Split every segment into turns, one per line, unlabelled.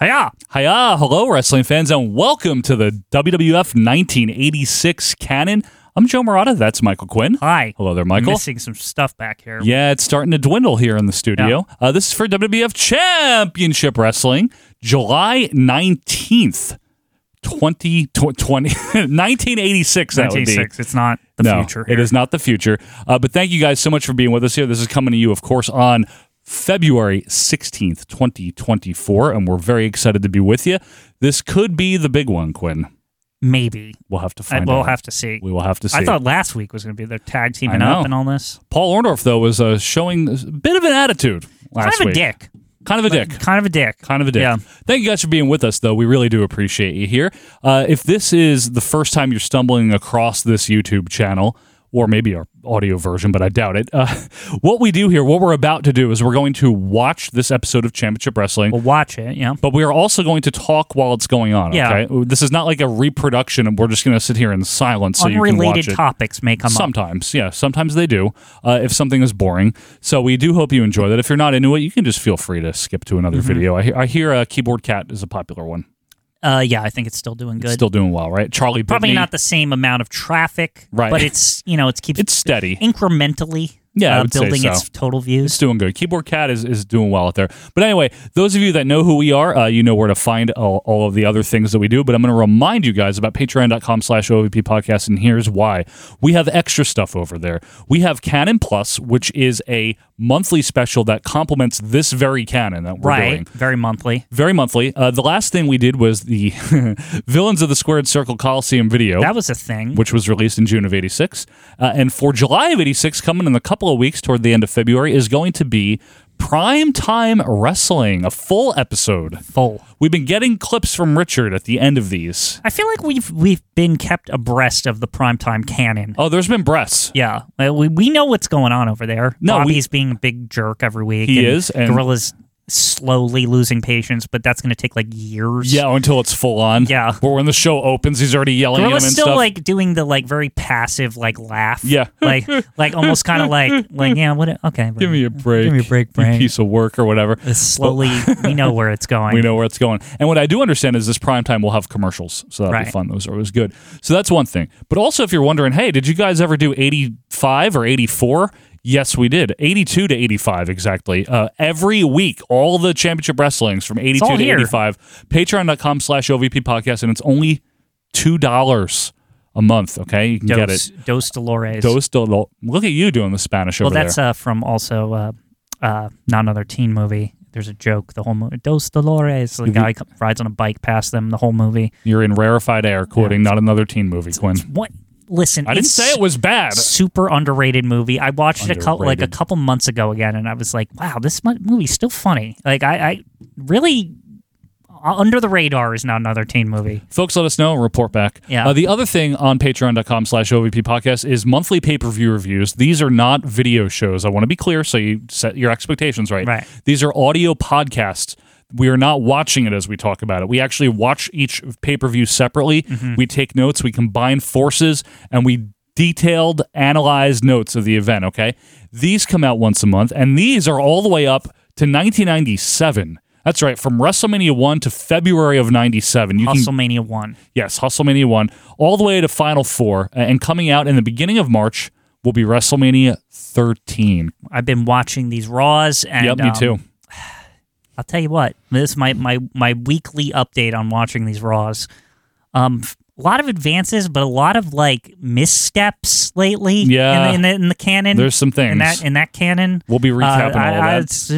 Hiya!
Hiya, hello, wrestling fans, and welcome to the WWF 1986 canon. I'm Joe Morata. That's Michael Quinn.
Hi.
Hello there, Michael.
Missing some stuff back here.
Yeah, it's starting to dwindle here in the studio. Uh, this is for WWF Championship Wrestling, July 19th, 20, tw- 20 1986. That would be.
1986. It's not the
no,
future.
it
here.
is not the future. Uh, but thank you guys so much for being with us here. This is coming to you, of course, on February 16th, 2024, and we're very excited to be with you. This could be the big one, Quinn.
Maybe.
We'll have to
I,
find
we'll
out.
have to see.
we will have to see.
I thought last week was going to be their tag teaming
I know.
up and all this.
Paul Orndorff, though, was uh, showing a bit of an attitude last
kind of
week.
a dick.
Kind of a dick.
Kind of a dick.
Kind of a dick.
Yeah.
Thank you guys for being with us, though. We really do appreciate you here. Uh, if this is the first time you're stumbling across this YouTube channel, or maybe our audio version, but I doubt it. Uh, what we do here, what we're about to do, is we're going to watch this episode of Championship Wrestling.
We'll watch it. Yeah.
but we are also going to talk while it's going on.
Yeah.
Okay, this is not like a reproduction, and we're just going to sit here in silence so you can watch
Unrelated
it.
topics may come up.
Sometimes, yeah, sometimes they do. Uh, if something is boring, so we do hope you enjoy that. If you're not into it, you can just feel free to skip to
Mm-hmm.
another video. I, he- I hear uh, Keyboard Cat is a popular one,
Uh, yeah, I think it's still doing good.
still doing well, right? Charlie
Probably
Bittany,
not the same amount of traffic,
Right.
But it's you know it keeps
It's steady.
incrementally.
Yeah, I
uh,
would say
building
so.
its total views.
It's doing good. Keyboard Cat is, is doing well out there. But anyway, those of you that know who we are, uh, you know where to find all, all of the other things that we do. But I'm going to remind you guys about patreon.com slash OVP podcast. And here's why we have extra stuff over there. We have Canon Plus, which is a monthly special that complements this very canon that we're
right,
doing.
very monthly.
Very monthly. Uh, the last thing we did was the Villains of the Squared Circle Coliseum video
That was a thing.
which was released in June of 86. Uh, and for July of 86, coming in a couple of weeks toward the end of February, is going to be Prime Time Wrestling, a full episode.
full.
We've been getting clips from Richard at the end of these.
I feel like we've we've been kept abreast of the primetime canon.
Oh, there's been breasts.
Yeah, well, we, we know what's going on over there.
No, we-
Bobby's being a big jerk every week.
He is, and-
Gorilla's slowly losing patience, but that's going to take like years.
Yeah, until it's full on.
Yeah.
But when the show opens, he's already yelling at him
Gorilla's
and
still
stuff.
like doing the like very passive like laugh.
Yeah.
like like almost kind of like like yeah what okay
Give me a break.
Give me a break,
you
Frank.
piece of work or whatever.
It's slowly we know where it's going.
We know where it's going. And what I do understand is this prime time will have commercials. So that'll be
Right.
fun. Those are always good. So that's one thing. But also, if you're wondering, hey, did you guys ever do 85 or 84? Yes, we did. 82 to 85, exactly. Uh, every week, all the championship wrestlings from 82
all
to
here.
85, patreon.com slash OVP podcast. And it's only $2 a month. Okay. You can
Dos,
get it.
Dos Dolores.
Dos del- Look at you doing the Spanish
well,
over
that's
there.
uh, from also uh, uh, not another teen movie. There's a joke the whole movie. Dos Dolores,
Mm-hmm.
the guy co- rides on a bike past them the whole movie.
You're in rarefied air, quoting not another teen movie, Quinn.
What? Listen,
I didn't
it's
say it was bad.
super underrated movie. I watched it a couple, like a
Underrated.
couple months ago again, and I was like, wow, this mo- movie's still funny. Like I, I really uh, under the radar is not another teen movie.
folks let us know and report back
Yeah.
uh, the other thing on patreon.com slash ovp podcast is monthly pay-per-view reviews these are not video shows i want to be clear so you set your expectations right,
Right.
these are audio podcasts we are not watching it as we talk about it. We actually watch each pay per view separately.
Mm-hmm.
We take notes, we combine forces, and we detailed analyze notes of the event. Okay. These come out once a month, and these are all the way up to 1997. That's right. From WrestleMania 1 to February of 97. You can
WrestleMania one.
Yes, WrestleMania 1, all the way to Final Four. a- And coming out in the beginning of March will be WrestleMania 13.
I've been watching these Raws, and
yep, me
um,
too.
I'll tell you what, this is my my my weekly update on watching these Raws. Um, f- a lot of advances, but a lot of like missteps lately.
Yeah.
in the, in the, in the canon,
There's some things.
in that in that canon.
we'll be recapping
Uh, I-
all
I-
that.
it's,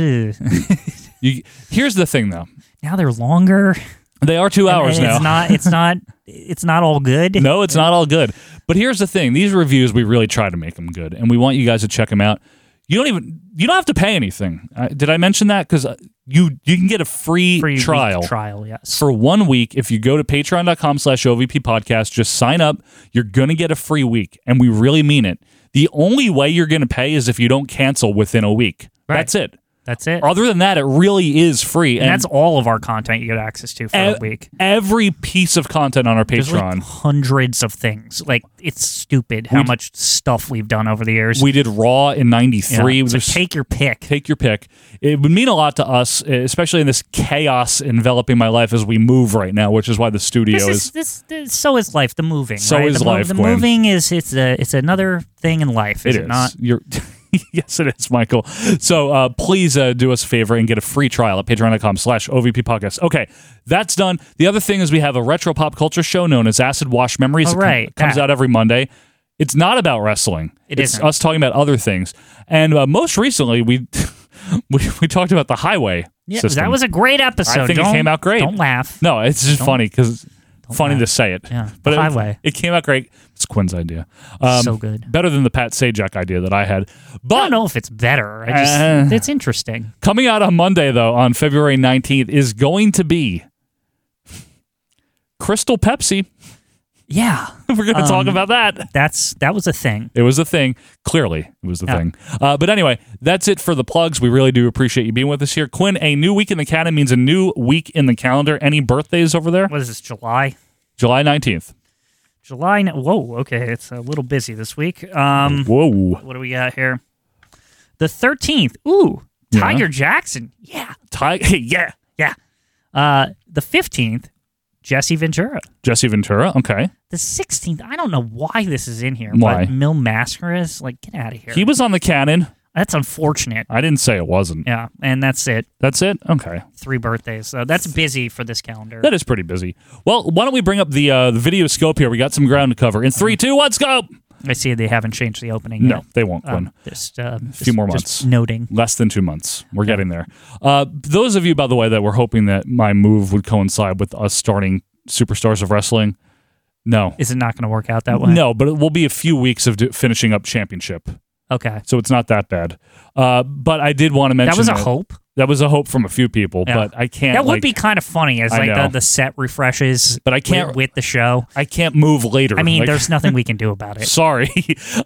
ugh.
You- here's the thing, though.
now they're longer.
They are two hours
And
now.
It's not. It's not. It's not all good.
no, it's not all good. But here's the thing: these reviews, we really try to make them good, and we want you guys to check them out. You don't even you don't have to pay anything. I, did I mention that? Because you you can get a free,
Free week
trial.
Trial. Yes.
for one week if you go to patreon.com slash ovp podcast just sign up you're gonna get a free week and we really mean it the only way you're gonna pay is if you don't cancel within a week
Right.
that's it
That's it.
Other than that, it really is free.
and that's all of our content you get access to for
ev-
a week.
every piece of content on our
There's
Patreon.
like hundreds of things. Like it's stupid how
We-
much stuff we've done over the years.
we did Raw in
Yeah.
'93.
So take your pick.
take your pick. It would mean a lot to us, especially in this chaos enveloping my life as we move right now, which is why the studio
This
is.
is this, this. So is life. The moving.
So
right?
is
the, mo-
life,
The
Glenn.
moving is it's a it's another thing in life. Is it,
is.
not?
You're, yes, it is, Michael. So uh, please uh, do us a favor and get a free trial at patreon.com slash OVP podcast. Okay, that's done. The other thing is we have a retro pop culture show known as Acid Wash Memories.
Oh,
It com-
right,
comes
that.
out every Monday. It's not about wrestling.
It
it's
isn't.
us talking about other things. And uh, most recently, we, we we talked about the highway
Yeah,
system.
that was a great episode.
I think it
Don't-
came out great.
Don't laugh.
No, it's just funny 'cause funny because funny
laugh.
to say it.
Yeah,
but it,
highway.
It came out great. It's Quinn's idea. Um,
So good.
Better than the Pat Sajak idea that I had.
I
But
don't know if it's better. I just
Uh.
it's interesting.
coming out on Monday though, on February nineteenth, is going to be Crystal Pepsi.
Yeah,
We're going to talk about that.
that's that was a thing.
It was a thing. Clearly, it was the thing. Uh, but anyway, that's it for the plugs. We really do appreciate you being with us here, Quinn. A new week in the canon means a new week in the calendar. Any birthdays over there?
What is this? July.
July nineteenth.
July. n- Whoa. Okay, it's a little busy this week. Um,
Whoa.
what do we got here? The thirteenth. Ooh,
Yeah.
Tiger Jackson. Yeah,
Ty- yeah.
yeah. Uh, the fifteenth, Jesse Ventura.
Jesse Ventura. Okay.
The sixteenth. I don't know why this is in here.
Why?
But Mil Mascaras. Like, get out of here.
He was on the cannon.
that's unfortunate.
I didn't say it wasn't.
Yeah, and that's it.
That's it? Okay.
Three birthdays. So that's busy for this calendar.
That is pretty busy. Well, why don't we bring up the uh, the video scope here? We got some ground to cover. In three, two, one, scope!
I see they haven't changed the opening.
No,
yet.
they won't,
Um,
Quinn.
just a
few more months.
noting.
Less than two months. We're getting there. Uh, those of you, by the way, that were hoping that my move would coincide with us starting Superstars of Wrestling, no.
Is it not going to work out that way?
No, but it will be a few weeks of do- finishing up Championship.
Okay.
So it's not that bad. Uh, but I did want to mention
That was a hope.
That was a hope from a few people,
Yeah.
but I can't.
That would
like-
be kind of funny as
I
like
know.
the, the set refreshes,
But I
with-
can't-
with, the show.
I can't move later.
I mean,
Like,
there's nothing we can do about it.
sorry.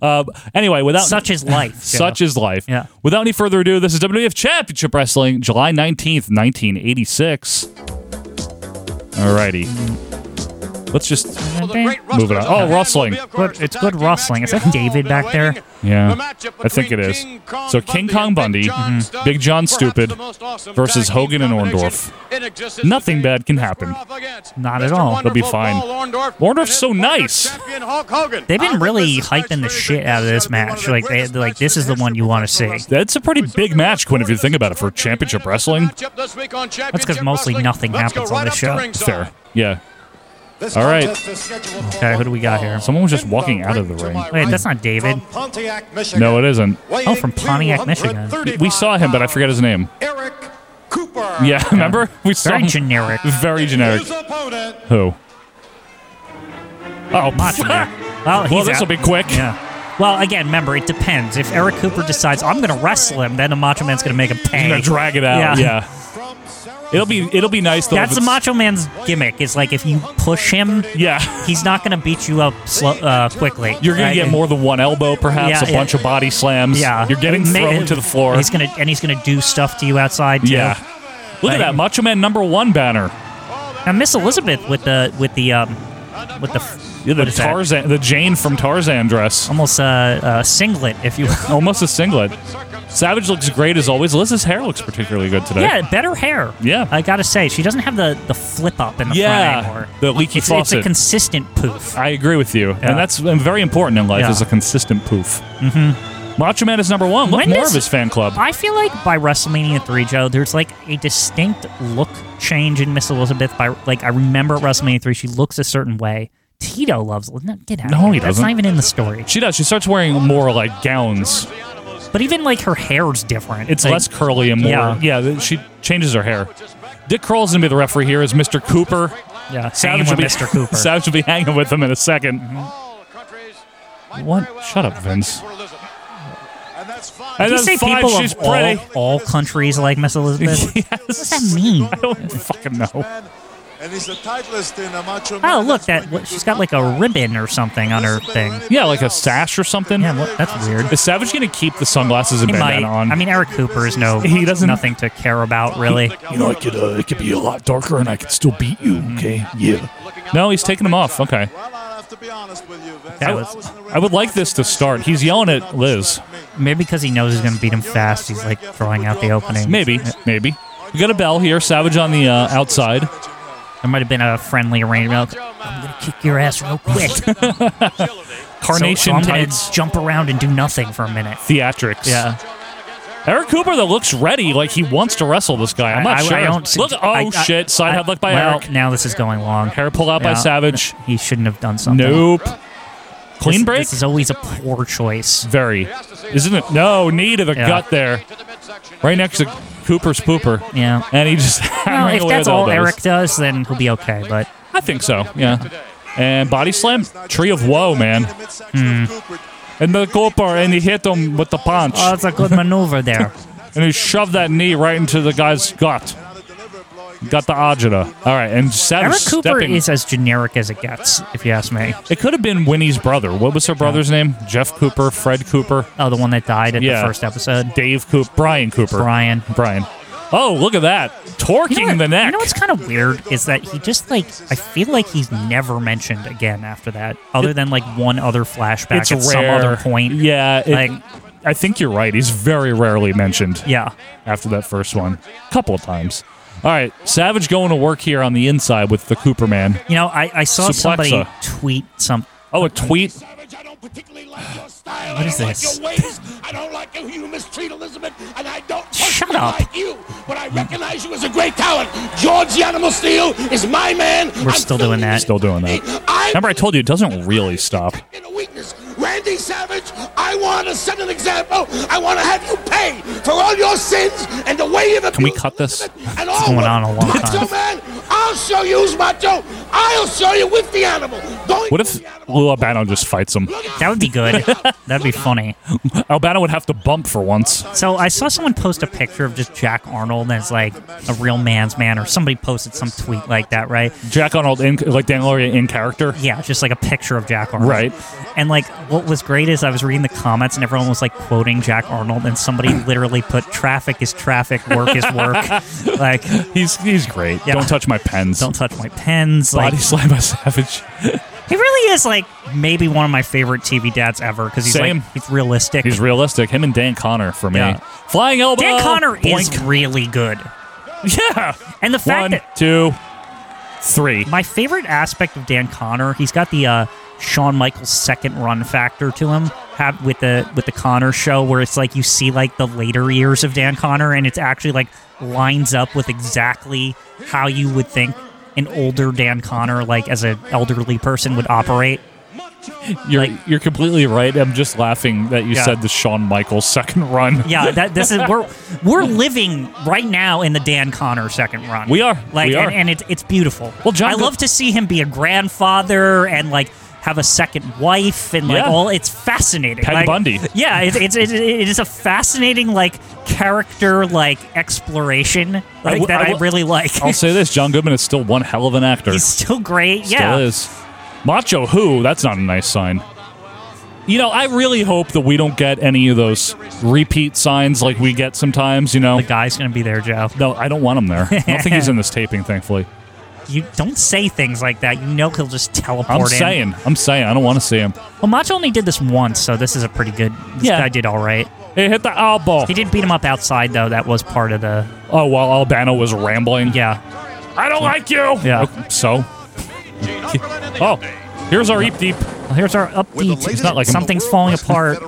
um, anyway, without
Such is life. Joe.
such is life.
Yeah.
Without any further ado, this is WWF Championship Wrestling, July nineteenth, nineteen eighty six. Alrighty, let's just
Moving on. Oh, rustling. Good, it's good rustling. Is that David back there?
Yeah. I think it is. So King Kong Bundy, mhm, Big John Stupid versus
versus
Hogan
Hogan
and
and
Orndorff.
Orndorff.
Nothing bad can happen.
Not at all.
It'll be fine. Orndorff's so nice.
They've been really hyping the shit out of this match. Like they they're like this is the one you want to see.
That's a pretty big match, Quinn. If you think about it, for Championship Wrestling,
That's
'cause mostly nothing happens on this show.
fair. Yeah.
All
right.
right.
Okay, who do we got here?
Someone was just walking out of the ring.
Wait, that's not David.
No, it isn't.
Oh,
from Pontiac, Michigan.
We saw him, but I forget his name.
Eric Cooper.
Yeah, remember? We saw
Very
him.
generic.
Very generic.
His opponent,
Who? Oh,
Macho Man. Well, he's
well, this will
out.
be quick.
Yeah. Well, again, remember it depends. If Eric Cooper decides I'm going to wrestle him, then the Macho Man's going to make him
I'm
pay.
gonna drag it out. Yeah.
Yeah.
from Sarah-
it'll be it'll be nice though. if
That's the
it's-
Macho Man's gimmick. Is like if you push him,
Yeah,
he's not going to beat you up slow, uh, quickly.
you're gonna
right?
get more than one elbow, perhaps
Yeah,
a bunch
yeah.
of body slams.
Yeah,
you're getting
Ma-
thrown to the floor.
He's gonna and he's gonna do stuff to you outside. Too.
yeah. Look at
Like-
that Macho Man number one banner.
Now Miss Elizabeth with the with the um with the f-
Yeah, the
what is that?
Tarzan, the Jane from Tarzan dress,
almost uh, uh singlet, if you will.
almost a singlet. Savage looks great as always. Liz's hair looks particularly good today.
yeah, better hair.
Yeah.
I gotta say she doesn't have the the flip up in the
Yeah,
front anymore.
the leaky
it's, it's a
faucet.
consistent poof.
I agree with you,
Yeah.
and that's um, very important in life
Yeah.
is a consistent poof. Mm-hmm. Macho Man is number one. Look
When
more
does-
of his fan club.
I feel like by WrestleMania three, Joe, there's like a distinct look change in Miss Elizabeth. By like, I remember at WrestleMania three, she looks a certain way. Tito loves no, get out.
No,
of here.
he
That's
doesn't.
not even in the story.
She does. She starts wearing more like gowns.
But even like her hair's different.
It's
Like,
less curly and more.
Yeah.
Yeah. th- she changes her hair. Dick Kroll's gonna be the referee here. Is Mr. Cooper?
yeah. Same with
will be
Mr. Cooper.
Savage will be hanging with him in a 2nd What? Shut up, Vince. And
Did
then
you say
five,
people
she's
of all,
pretty.
all countries like Miss Elizabeth?
yes.
What does that mean?
I don't fucking know.
And he's the titlist in a macho.
Oh,
Man.
look,
That's when
that
you
she's
do
got like a
not
ribbon or something on her
Elizabeth
thing.
Rennie-
Yeah, like a sash or something.
Yeah, well, that's weird.
Is Savage gonna keep the sunglasses and
He might.
bandana on?
I mean, Eric Cooper is no.
He doesn't-
nothing to care about really.
you know, I could uh, it could be a lot darker, and I could still beat you.
Mm-hmm.
Okay, yeah. No, he's taking them off. Okay.
Well, I'll have to be honest with you, Vince.
That
I
was-
in the ring
I would like
with Macho
this to
Man
start.
Steve
He's
Austin,
yelling
do
at
not
Liz.
respect me.
Maybe because he knows he's gonna beat him fast, he's like throwing out the opening.
Maybe, maybe. We got a bell here. Savage on the uh, outside.
there might have been a friendly arrangement. Like, I'm gonna kick your ass real quick. So- so,
Carnation
I'm gonna
tights,
jump around and do nothing for a minute.
theatrics. Eric Cooper though looks ready, like he wants to wrestle this guy. I'm not
I, I-
sure.
I don't see-
Look, oh
I- I-
shit! Side
I-
headlock by
well,
Eric.
Now this is going long.
Hair pulled out by
Yeah.
Savage.
He shouldn't have done something.
Nope.
This-
Clean break.
This is always a poor choice.
Very. Isn't it? No, knee to the
Yeah.
gut there. Right next to Cooper's pooper.
Yeah.
And he just.
Well,
hammering
if
away
that's
with
all
elbows.
Eric does, then he'll be okay. But
I think so, yeah. And body slam. Tree of woe, man.
Hmm.
And the Cooper, and he hit him with the punch.
oh, it's a good maneuver there.
and he shoved that knee right into the guy's gut. Got the agita. All right, and Savage
Eric Cooper
stepping.
is as generic as it gets, if you ask me.
it could have been Winnie's brother. What was her brother's name? Jeff Cooper, Fred Cooper,
Oh, the one that died at
Yeah.
the first episode,
Dave Cooper, Brian Cooper.
Brian.
Brian. Oh, look at that. Torquing
You know, what-
the neck.
you know what's kind of weird is that he just like I feel like he's never mentioned again after that, other than like one other flashback
it's
at
rare.
some other point.
Yeah, it-
Like-
I think you're right. He's very rarely mentioned.
Yeah.
after that first one, a couple of times. All right, Savage going to work here on the inside with the Cooper man.
You know, I, I saw somebody
Suplexa.
tweet some.
Oh, a tweet.
Savage, I don't particularly like your style.
What
I
is
don't
this?
like your ways. I don't like how you mistreat Elizabeth, and I don't
Shut
personally
up. Hmm.
like you. But I recognize you as a great talent. George the Animal Steel is my man.
We're still doing that.
Still doing that.
I
Remember, I told you it doesn't really stop.
in a weakness. Randy Savage, I want to set an example. I want to have you pay for all your sins and the way you've
Can we cut this?
And all
going
women.
on a long
Macho
time.
Man, I'll show you who's macho. I'll show you with the animal. Going
What
with
if
the animal.
Lou Albano just fights him?
That would be good. That'd be funny.
Albano would have to bump for once.
So I saw someone post a picture of just Jack Arnold as like a real man's man, or somebody posted some tweet like that, right?
Jack Arnold, in, like Dan Gloria in character.
Yeah, just like a picture of Jack Arnold.
Right.
And like what was great is I was reading the comments and everyone was like quoting Jack Arnold, and somebody literally put traffic is traffic, work is work. like,
He's he's great.
Yeah.
Don't touch my pens.
don't touch my pens. Like,
Body slam by Savage.
he really is like maybe one of my favorite TV dads ever because he's
Same.
like, he's realistic.
He's realistic. Him and Dan Connor for me.
Yeah.
Flying elbow.
Dan Connor is
Boink.
really good.
yeah.
And the fact
One,
that
two, three.
my favorite aspect of Dan Connor, he's got the uh, Shawn Michaels second run factor to him. Have with the with the Connor show where it's like you see like the later years of Dan Connor, and it's actually like lines up with exactly how you would think an older Dan Connor, like as an elderly person, would operate.
You're you're completely right. I'm just laughing that you
Yeah.
said the Shawn Michaels second run.
Yeah, that this is we're we're living right now in the Dan Connor second run.
We are.
like,
We are.
And, and it's it's beautiful.
Well, John
I
Go-
love to see him be a grandfather and like have a second wife and like
Yeah.
all. It's fascinating.
Ted
like,
Bundy.
Yeah, it's it's it, it is a fascinating like character like exploration like
w-
that
I
I,
w-
really like.
I'll say this: John Goodman is still one hell of an actor.
He's still great.
still
yeah,
is. Macho who? That's not a nice sign. You know, I really hope that we don't get any of those repeat signs like we get sometimes. You know,
the guy's gonna be there, Joe.
no, I don't want him there. I don't think he's in this taping. Thankfully,
You don't say things like that. You know he'll just teleport.
I'm
in.
saying, I'm saying, I don't want to see him.
Well, Macho only did this once, so this is a pretty good. This
Yeah.
guy did all right.
It hit the elbow.
He did beat him up outside, though. That was part of the.
Oh, while Albano was rambling.
Yeah.
I don't like you.
Yeah.
Okay, So, oh, here's our eep deep.
Well, here's our upbeat.
It's not like I'm-
Something's falling apart.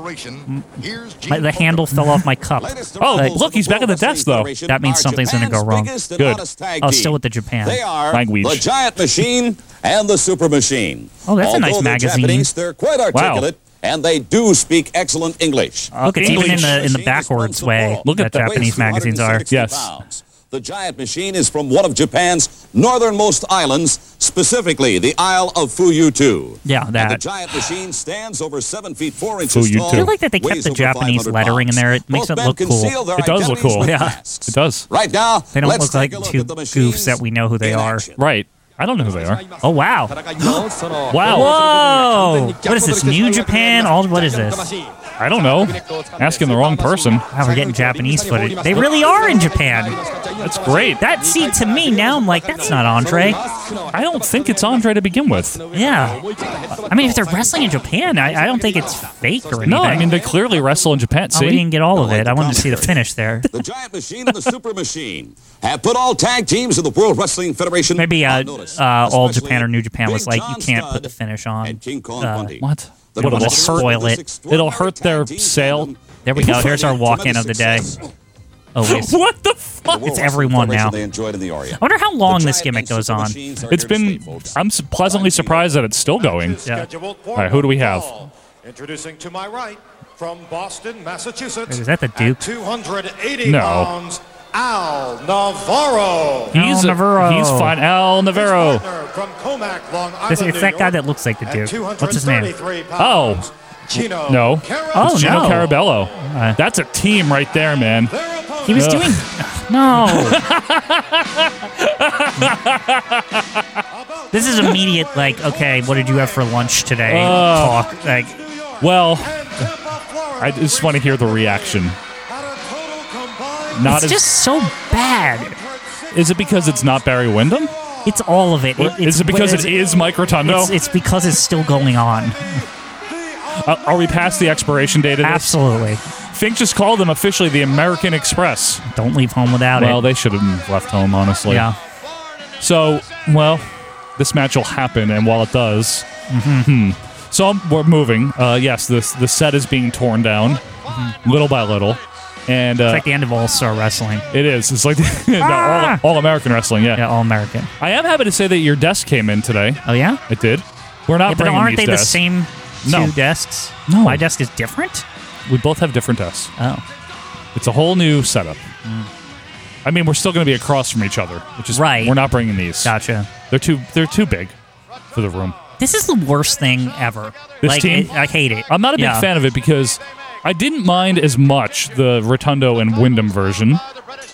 My, the handle fell off my cup.
Oh, look, he's back at the desk, though.
That means something's gonna go wrong.
Good.
Oh, still with the Japan.
They are
Language.
the Giant Machine and the Super Machine.
Oh, that's a
Although
nice
they're
magazine.
Japanese, they're quite articulate, and they do speak excellent English.
Look, it's even in
English.
the in the backwards way
Look at
that
that.
Japanese magazines are.
Yes.
Pounds. The giant machine is from one of Japan's northernmost islands, specifically the Isle of Fuyutu.
Yeah,
And the
that.
giant machine stands over seven feet four inches
Fuyutu.
tall.
I feel
like that they kept
weighs
the
over
Japanese
500
lettering in there. It
pounds.
makes
Both
it
men
look cool.
conceal their
It does look
identities
cool.
with
Yeah.
masks.
It does.
Right now,
They don't
let's
look like
take a look
two
at the machines
goofs that we know who they
in
are.
action.
Right. I don't know who they are.
Oh wow.
Wow.
Whoa! What is this? New Japan? All what is this?
I don't know. Asking the wrong person.
Wow, we're getting Japanese footage. They really are in Japan.
That's great.
That see to me now I'm like that's not Andre.
I don't think it's Andre to begin with.
Yeah. I mean if they're wrestling in Japan, I, I don't think it's fake or anything.
No, I mean they clearly wrestle in Japan.
oh, we
See,
didn't get all of it. I wanted to see the finish there.
The Giant Machine and the Super Machine have put all tag teams of the World Wrestling Federation
Maybe uh,
on notice,
uh, all
especially
Japan or New Japan was
Big
like you
John
can't put
Studd
the finish on.
and King Kong
uh,
Bundy.
what?
They
What,
wanted
it'll
to serve
spoil
this
it.
extraordinary
It'll hurt
tag
their
team
sale.
tandem
There we go.
for
Here's our
their
walk-in
tremendous
of the day.
success.
Oh, wait.
What the fuck?
The World
It's everyone
Wrestling
now.
Federation They enjoyed in the Orient.
I wonder how long
The
this
Giant
gimmick
and Super
goes on.
Machines are
It's
here to
been.
stay, folks.
I'm su- pleasantly surprised that it's still going.
Yeah.
All
right, who do we have?
Introducing to my right from Boston, Massachusetts.
Is that the
at
Duke?
280
No.
pounds, Al Navarro.
He's
Al Navarro.
He's fine. Al Navarro.
His partner From Comac, Long Island,
This, it's
New
that guy
York,
that looks like the
at
Duke. What's his name?
233 pounds,
Oh.
Gino
No.
Carabello.
Oh,
It's Gino
no. Uh.
Carabello. That's a team right there, man.
Their opponent,
He was
Ugh.
doing no. this is immediate. Like, okay, what did you have for lunch today? Talk. Like,
New York,
Well,
and Tampa, Florida,
I just want to hear the reaction.
had a total combined
Not
it's
as.
just so bad.
is it because it's not Barry Windham?
It's all of it.
Or
it's,
is it because it is Mike Rotundo?
It's, it's because it's still going on.
Uh, are we past the expiration date of this?
Absolutely.
Fink just called them officially the American Express.
Don't leave home without
Well,
it.
they should have left home, honestly.
yeah.
So, well, this match will happen, and while it does,
Mm-hmm.
hmm. so I'm, we're moving. Uh, yes, this the set is being torn down, little by little, and uh,
Mm-hmm. It's like the end of All Star Wrestling.
it is. It's like the,
Ah!
all, all American wrestling. Yeah.
Yeah, All American.
I am happy to say that your desk came in today.
Oh yeah.
It did. We're not
yeah but
bringing
aren't they
these
the
desks.
same two
No.
desks?
No.
My desk is different.
We both have different desks.
Oh,
It's a whole new setup.
Mm.
I mean, we're still going to be across from each other, which is
Right.
We're not bringing these.
gotcha.
They're too they're too big for the room.
This is the worst thing ever.
This
like,
team?
it- I hate it.
I'm not a big
Yeah.
fan of it because I didn't mind as much the Rotundo and Wyndham version.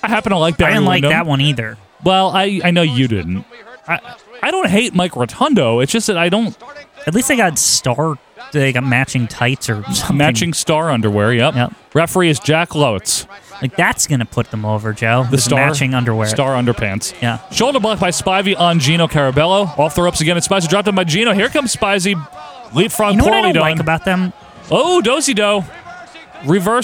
I happen to like that.
I didn't like that one either.
Well, I I know you didn't. I I don't hate Mike Rotundo. It's just that I don't
At least they got star, they got matching tights or something.
matching star underwear. Yep.
Yep.
Referee is Jack Lowitz.
Like that's gonna put them over, Joe.
The
This
star
matching underwear.
Star underpants.
Yeah.
Shoulder block by Spivey on Gino Carabello. Off the ropes again. It's Spivey dropped in by Gino. Here comes Spivey. Leapfrog
You know what
poorly
I don't
done.
like about them?
oh, dozy do.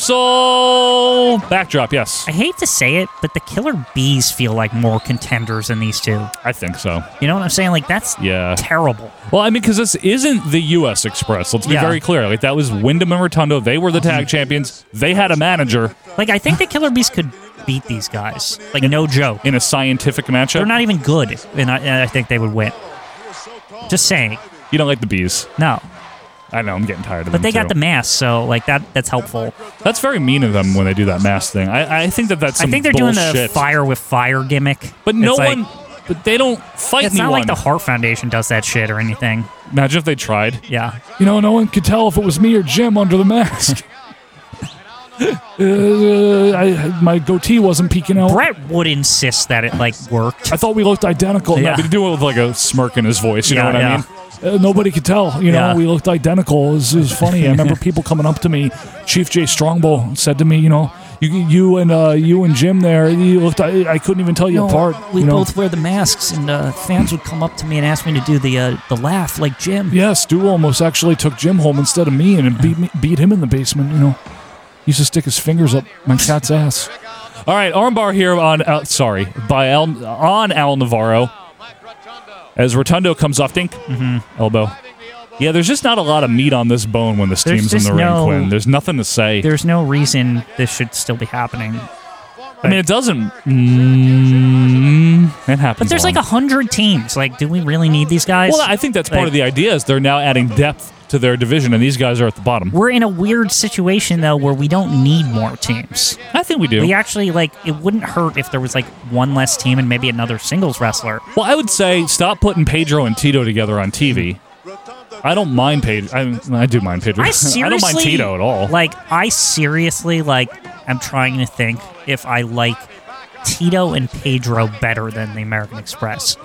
Reversal backdrop. Yes,
I hate to say it, but the Killer Bees feel like more contenders than these two.
I think so.
You know what I'm saying? Like that's
Yeah.
terrible.
Well, I mean, because this isn't the U.S. Express. Let's be
Yeah. Mm-hmm.
very clear. Like that was Wyndham and Rotundo. They were the tag champions. They had a manager
Like I think the Killer Bees could beat these guys. Like no joke.
in a scientific matchup.
They're not even good, and I, and I think they would win. Just saying.
you don't like the bees.
No,
I know. I'm getting tired of them.
but they got the
too.
mask, so like that that's helpful.
That's very mean of them when they do that mask thing. I, I think that that's.
I
Some
think they're
bullshit.
doing the fire with fire gimmick.
But no
It's like-
one. But they don't fight
It's not
anyone.
like the Heart Foundation does that shit or anything.
Imagine if they tried.
Yeah.
You know, no one could tell if it was me or Jim under the mask. uh, I, my goatee wasn't peeking out.
Brett would insist that it like worked.
I thought we looked identical.
Yeah.
No, but he do it with like a smirk in his voice. You
Yeah,
know what
yeah.
I mean? Uh, nobody could tell. You
Yeah.
know, we looked identical. It was, it was funny. I remember people coming up to me. Chief Jay Strongbow said to me, you know, you, you and uh, you and Jim there, you looked. I, I couldn't even tell you apart.
we
you know?
both wear the masks, and uh, fans would come up to me and ask me to do the uh, the laugh like Jim.
Yeah, Stu almost actually took Jim home instead of me and beat me, beat him in the basement. You know, he used to stick his fingers up my cat's ass. All right, armbar here on uh, sorry by Al, on Al Navarro as Rotundo comes off dink mm-hmm, elbow. Yeah, there's just not a lot of meat on this bone when this
There's
team's in
just
the ring,
no-
Quinn. There's nothing to say.
There's no reason this should still be happening.
I mean, it doesn't. Mm, it happens.
But there's like
lot.
a hundred teams. Like, do we really need these guys?
Well, I think that's part
Like,
of the idea is they're now adding depth to their division, and these guys are at the bottom.
We're in a weird situation though, where we don't need more teams.
I think we do.
We actually like it wouldn't hurt if there was like one less team and maybe another singles wrestler.
Well, I would say stop putting Pedro and Tito together on TV. I don't mind Pedro. I, I do mind Pedro.
I seriously
I don't mind Tito at all.
Like I seriously like I'm trying to think if I like Tito and Pedro better than the American Express.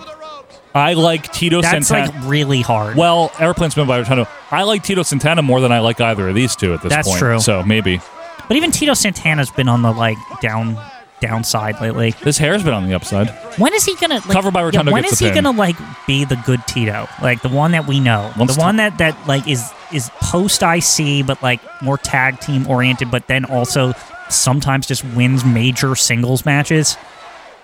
I like Tito
That's
Santana.
like really hard.
well, Airplane's been by Rotando. I like Tito Santana more than I like either of these two at this
That's
point.
true.
So maybe
but even Tito Santana's been on the like down downside lately.
his hair's been on the upside.
When is he gonna like,
Cover by
yeah,
Rotundo
When
gets
is
the
he
pin.
gonna like be the good Tito, like the one that we know,
Once
the
Ti-
one that that like is is post IC, but like more tag team oriented, but then also sometimes just wins major singles matches.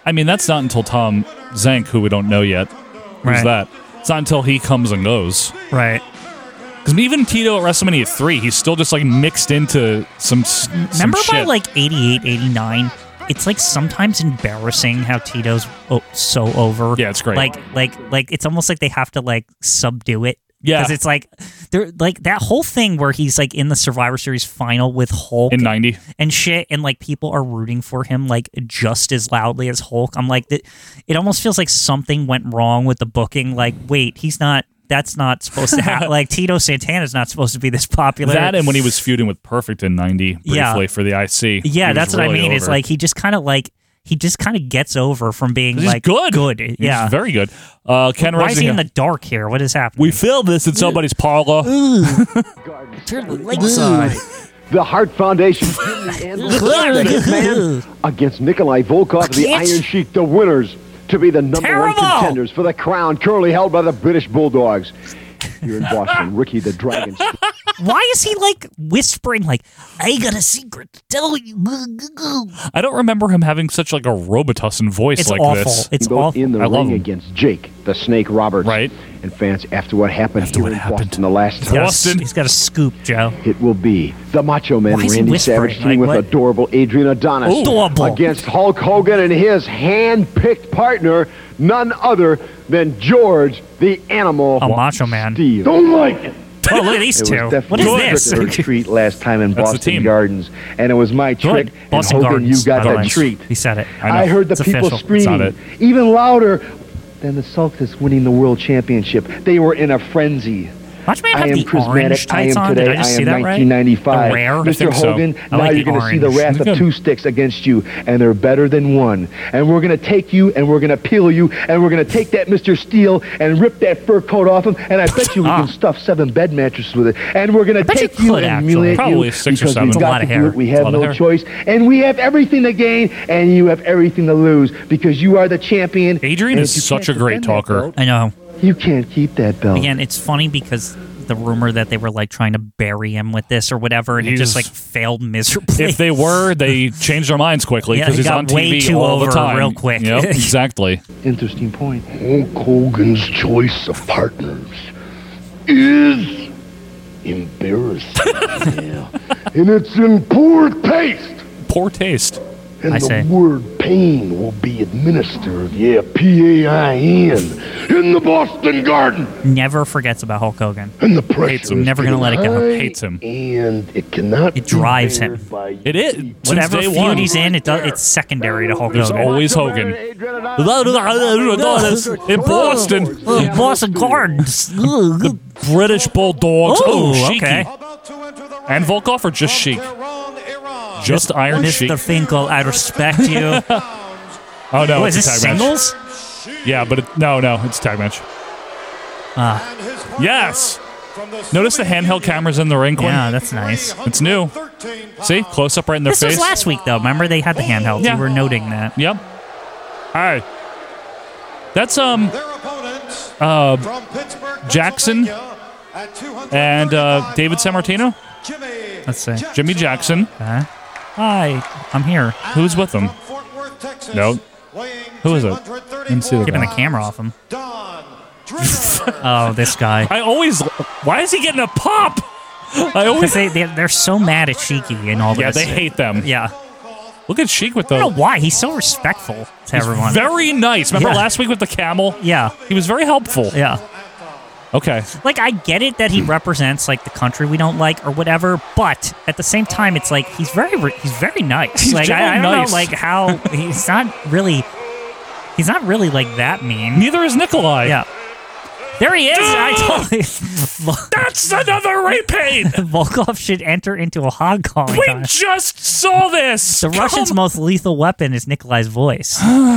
I mean, that's not until Tom Zank, who we don't know yet. Who's
Right.
that? It's not until he comes and goes.
Right.
Because even Tito at WrestleMania 3, he's still just like mixed into some. s- some
Remember by
shit.
like 88, 89, it's like sometimes embarrassing how Tito's o so over.
Yeah, it's great.
Like, like, like it's almost like they have to like subdue it.
Yeah.
because it's like they're like that whole thing where he's like in the Survivor Series final with Hulk
in 90.
and shit, and like people are rooting for him like just as loudly as Hulk. I'm like, that it almost feels like something went wrong with the booking. Like, wait, he's not. That's not supposed to happen. like Tito Santana's not supposed to be this popular.
That and when he was feuding with Perfect in 90 briefly
Yeah.
for the IC.
Yeah,
he was
that's what I
really
mean. It's
over.
like he just kind of like he just kind of gets over from being
He's
like
good.
good.
He's
yeah.
very good. Uh, Ken
Why is he in
Rosing.
the dark here? What is happening?
We filmed this in somebody's parlor.
Turn the lights on.
The Hart Foundation, Jimmy Anvil, the Hitman, against Nikolai Volkov, and the
Can't-
Iron Sheik, the winners to be the number
Terrible!
one contenders for the crown currently held by the British Bulldogs. Here in Boston, Ricky the Dragon.
Why is he like whispering like I got a secret to tell you?
I don't remember him having such like a Robitussin voice
It's
like
awful.
this.
It's
both
awful.
in the
I love
ring
him.
against Jake the Snake Roberts.
Right.
And fans, after what happened
After
here
what
in
happened.
Boston the last
He's got a-
time,
Austin.
He's got a scoop, Joe.
it will be the Macho Man
Why is he
Randy
whispering?
Savage teaming
Like,
with
what?
adorable Adrian Adonis
Ooh. Adorable.
against Hulk Hogan and his hand-picked partner, none other than George the Animal.
A macho man.
Steve. Don't like it.
Oh, look at these
It
two.
was definitely
What is
a trick or
this?
treat last time in
That's the
Boston
team.
Gardens, and it was my trick.
Good.
and
Boston
Hogan,
Gardens.
you got
by the
that
way.
treat.
He said it.
I, heard the
It's
people
official.
It's not
screaming even louder than the Celtics winning the world championship. They were in a frenzy.
Macho Man
I
have
am
the orange
charismatic. I
tights
am
on.
today.
Did I just see
am
that right?
1995.
The rare.
Mr.
so.
Hogan,
I
now
like
you're
the
going to see the
orange.
wrath
Good.
of two sticks against you, and they're better than one. And we're going to take you, and we're going to peel you, and we're going to take that Mr. Steel and rip that fur coat off him, and I bet you we
Ah.
can stuff seven bed mattresses with it. And we're going to
bet you
take you
could,
and
actually.
humiliate
Probably
you
six or
because
seven. It's
we've
a
got
lot
to
of
do
hair.
it. We
It's a
have
lot of hair.
no choice, and we have everything to gain, and you have everything to lose because you are the champion.
Adrian
And
is
if you
such
can't
a great
defend that
talker.
belt,
I know.
You can't keep that belt.
Again, it's funny because the rumor that they were like trying to bury him with this or whatever, and it just like
He's-
failed miserably.
If they were, they changed their minds quickly
Yeah,
because
he
he's
got
on
way
TV
too
all
over
the time.
real quick.
Yep, exactly.
Interesting point.
Hulk Hogan's choice of partners is embarrassing. yeah. And it's in poor taste.
Poor taste.
And
I
the
say.
word pain will be administered, yeah, P A I N, in the Boston Garden.
never forgets about Hulk Hogan.
And the pressure
Hates him.
is
Never gonna let it go.
high,
Hates him.
And it cannot
It drives
be
him.
bared by
It is. Since
Whatever
day
feud
one.
he's in, it does, it's secondary to Hulk
There's
Hogan.
always Hogan. In Boston,
Oh, Boston Gardens. Ugh.
British Bulldogs.
Ooh,
oh,
okay.
okay.
About to enter the
And Volkov or just
from
Sheik?
Tehran, Iran.
Just Iron Sheik.
Mr. Finkel, I respect you.
Oh no,
Oh, is
it's a
this
tag match.
singles?
Yeah, but it, no, no, it's a tag match.
And his partner
Yes.
from the
Notice the
Soviet
handheld
Union,
cameras in the ring. Quinn?
Yeah, that's nice.
It's new.
13 pounds.
See, close up right in their
This
face.
was last week, though. Remember, they had the handheld.
Yeah.
You were noting that.
Yep. All right. That's um
Their opponents
uh
from Pittsburgh,
Jackson
Pennsylvania, at 235
and uh, David Sammartino,
pounds, Jimmy
Let's see.
Jimmy Jackson.
Huh? Hi, I'm here.
Who's with them?
From Fort Worth, Texas,
No.
weighing
Who is it?
234
Didn't see the
Keeping the
pounds,
camera off him.
Don Draper.
Oh, this guy.
I always. Why is he getting a pop? I
Because
always.
they, they, they're so mad at Shiki and all
Yeah,
this.
they hate them.
Yeah.
Look at Sheik with
I don't
the.
know why. He's so respectful to everyone.
Very nice. Remember
Yeah.
last week with the camel?
yeah.
He was very helpful.
Yeah.
Okay.
like I get it that he represents like the country we don't like or whatever, but at the same time, it's like he's very re- he's very nice.
He's
like I, I
generally
don't
nice.
know like how he's not really he's not really like that mean.
Neither is Nikolai.
Yeah, there he is. I totally Vol-
That's another
Oh
repaint.
Volkov should enter into a hog calling
we
contest.
just saw this.
The Russian's
Come-
most lethal weapon is Nikolai's voice. Or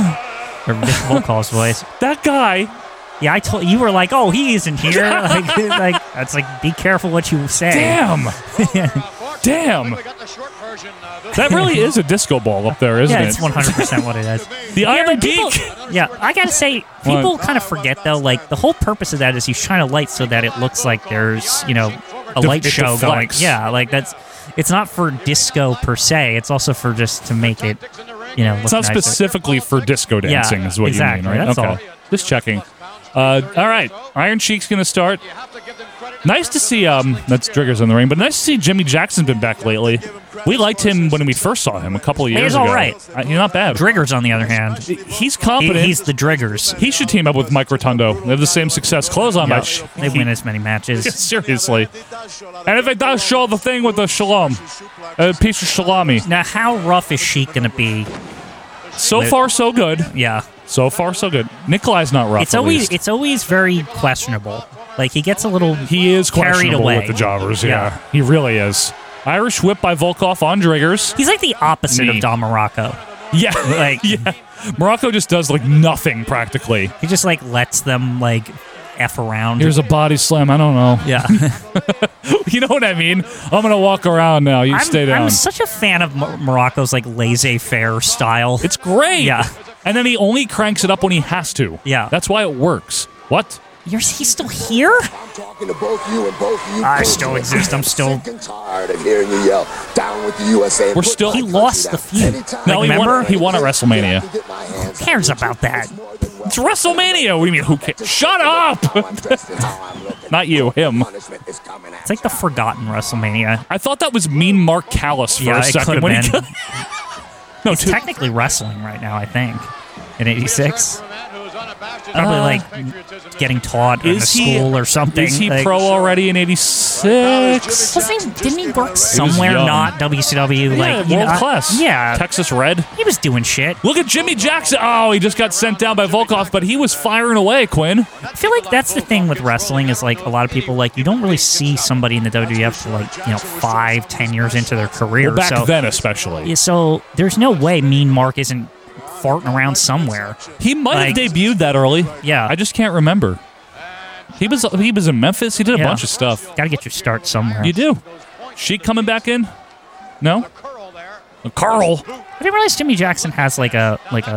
Volkov's voice.
that guy
Yeah, I told you were like, oh, he isn't here. like, like that's like, be careful what you say.
Damn. Damn. That really is a disco ball up there, isn't
Yeah,
it?
it's one hundred percent what it is.
the Iron
but
Geek.
people- Yeah, I gotta say, people
What?
kind of forget though. Like the whole purpose of that is you shine a light so that it looks like there's you know a
Def-
light
it
show going.
deflects.
Yeah, like that's. It's not for disco per se. It's also for just to make it, you know, look
It's not
nicer.
specifically for disco dancing, is what you
exactly,
mean, right?
that's
okay.
all.
Just checking. Uh, all right, Iron Cheek's going to start. Nice to see. Um, that's Driggers in the ring, but nice to see Jimmy Jackson's been back lately. We liked him when we first saw him a couple of
He
years
was
ago.
all right.
Uh, he's not bad.
Driggers, on the other hand, he-
He's competent.
he's the Driggers.
he should team up with Mike Rotundo. They have the same success. Close on
Yeah,
match.
they win as many matches.
Seriously. And if they does show the thing with the shalom, a piece of salami.
Now, how rough is she gonna be?
So far, so good.
Yeah,
So far, so good. Nikolai's not rough.
it's
at
always
least.
it's always very questionable. Like he gets a little
He is
carried
questionable
away.
with the jobbers. Yeah.
Yeah.
he really is. Irish whip by Volkov on Driggers.
He's like the opposite
Me.
of Don Morocco.
Yeah,
Like-
yeah. Morocco just does like nothing practically.
He just like lets them like f around.
Here's a body slam. I don't know.
yeah,
You know what I mean? I'm gonna walk around now. You
I'm,
stay down.
I'm such a fan of Mo- Morocco's like laissez-faire style.
it's great.
Yeah.
and then he only cranks it up when he has to.
Yeah.
that's why it works. What?
You're, he's still here.
I'm talking to both you and both of you.
I
coaches.
still exist. I'm still-
sick and tired of hearing you yell, "Down with the USA."
We're still-
He lost the feud.
No,
Like,
he won.
remember?
He won at WrestleMania.
Who
Who cares about that?
It's WrestleMania. What do you mean? Who cares? Shut up! Not you, him.
It's like the forgotten WrestleMania.
I thought that was Mean Mark Callis for
Yeah,
a
it could
second.
have
when he
been.
no,
He's
two-
technically wrestling right now, I think, in '86. Probably like getting taught in a
Is he-
school or something.
Is he
like-
pro already in '86?
Wasn't he, didn't he work somewhere
young.
not WCW?
Yeah,
like
world
you know, I-
class.
yeah,
Texas Red.
he was doing shit.
Look at Jimmy Jackson. Oh, he just got sent down by Volkov, but he was firing away. Quinn.
I feel like that's the thing with wrestling is like a lot of people like you don't really see somebody in the WWF for like you know five ten years into their career.
Well, back
so
then, especially,
Yeah, so there's no way Mean Mark isn't farting around somewhere.
he might
like-
have debuted that early.
Yeah.
I just can't remember. He was he was in Memphis. He did a
Yeah.
bunch of stuff.
Got to get your start somewhere.
You do. She coming back in? No. Carl,
I didn't realize Jimmy Jackson has like a like a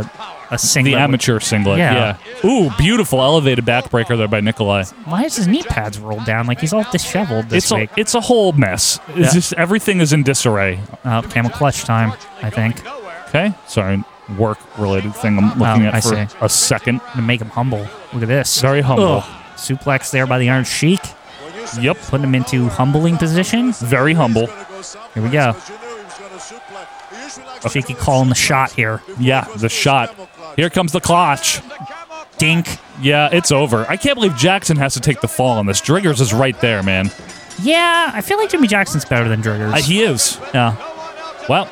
a
the
singlet.
amateur singlet.
Yeah.
Yeah. Ooh, beautiful elevated backbreaker there by Nikolai.
Why is his knee pads rolled down? Like he's all disheveled this
It's a,
week.
it's a whole mess. It's
Yeah.
just everything is in disarray.
uh, camel clutch time, I think.
Okay, sorry, work related thing I'm looking
Oh,
at
I
for
see.
a second.
to make him humble. Look at this.
Very humble.
Ugh. Suplex there by the Iron Sheik,
Yep,
putting him into humbling position.
very humble.
Here we go. Shaky calling the shot here.
Yeah, the shot. Here comes the clutch.
Dink.
Yeah, it's over. I can't believe Jackson has to take the fall on this. Driggers is right there, man.
Yeah, I feel like Jimmy Jackson's better than Driggers.
Uh, he is.
yeah.
Well,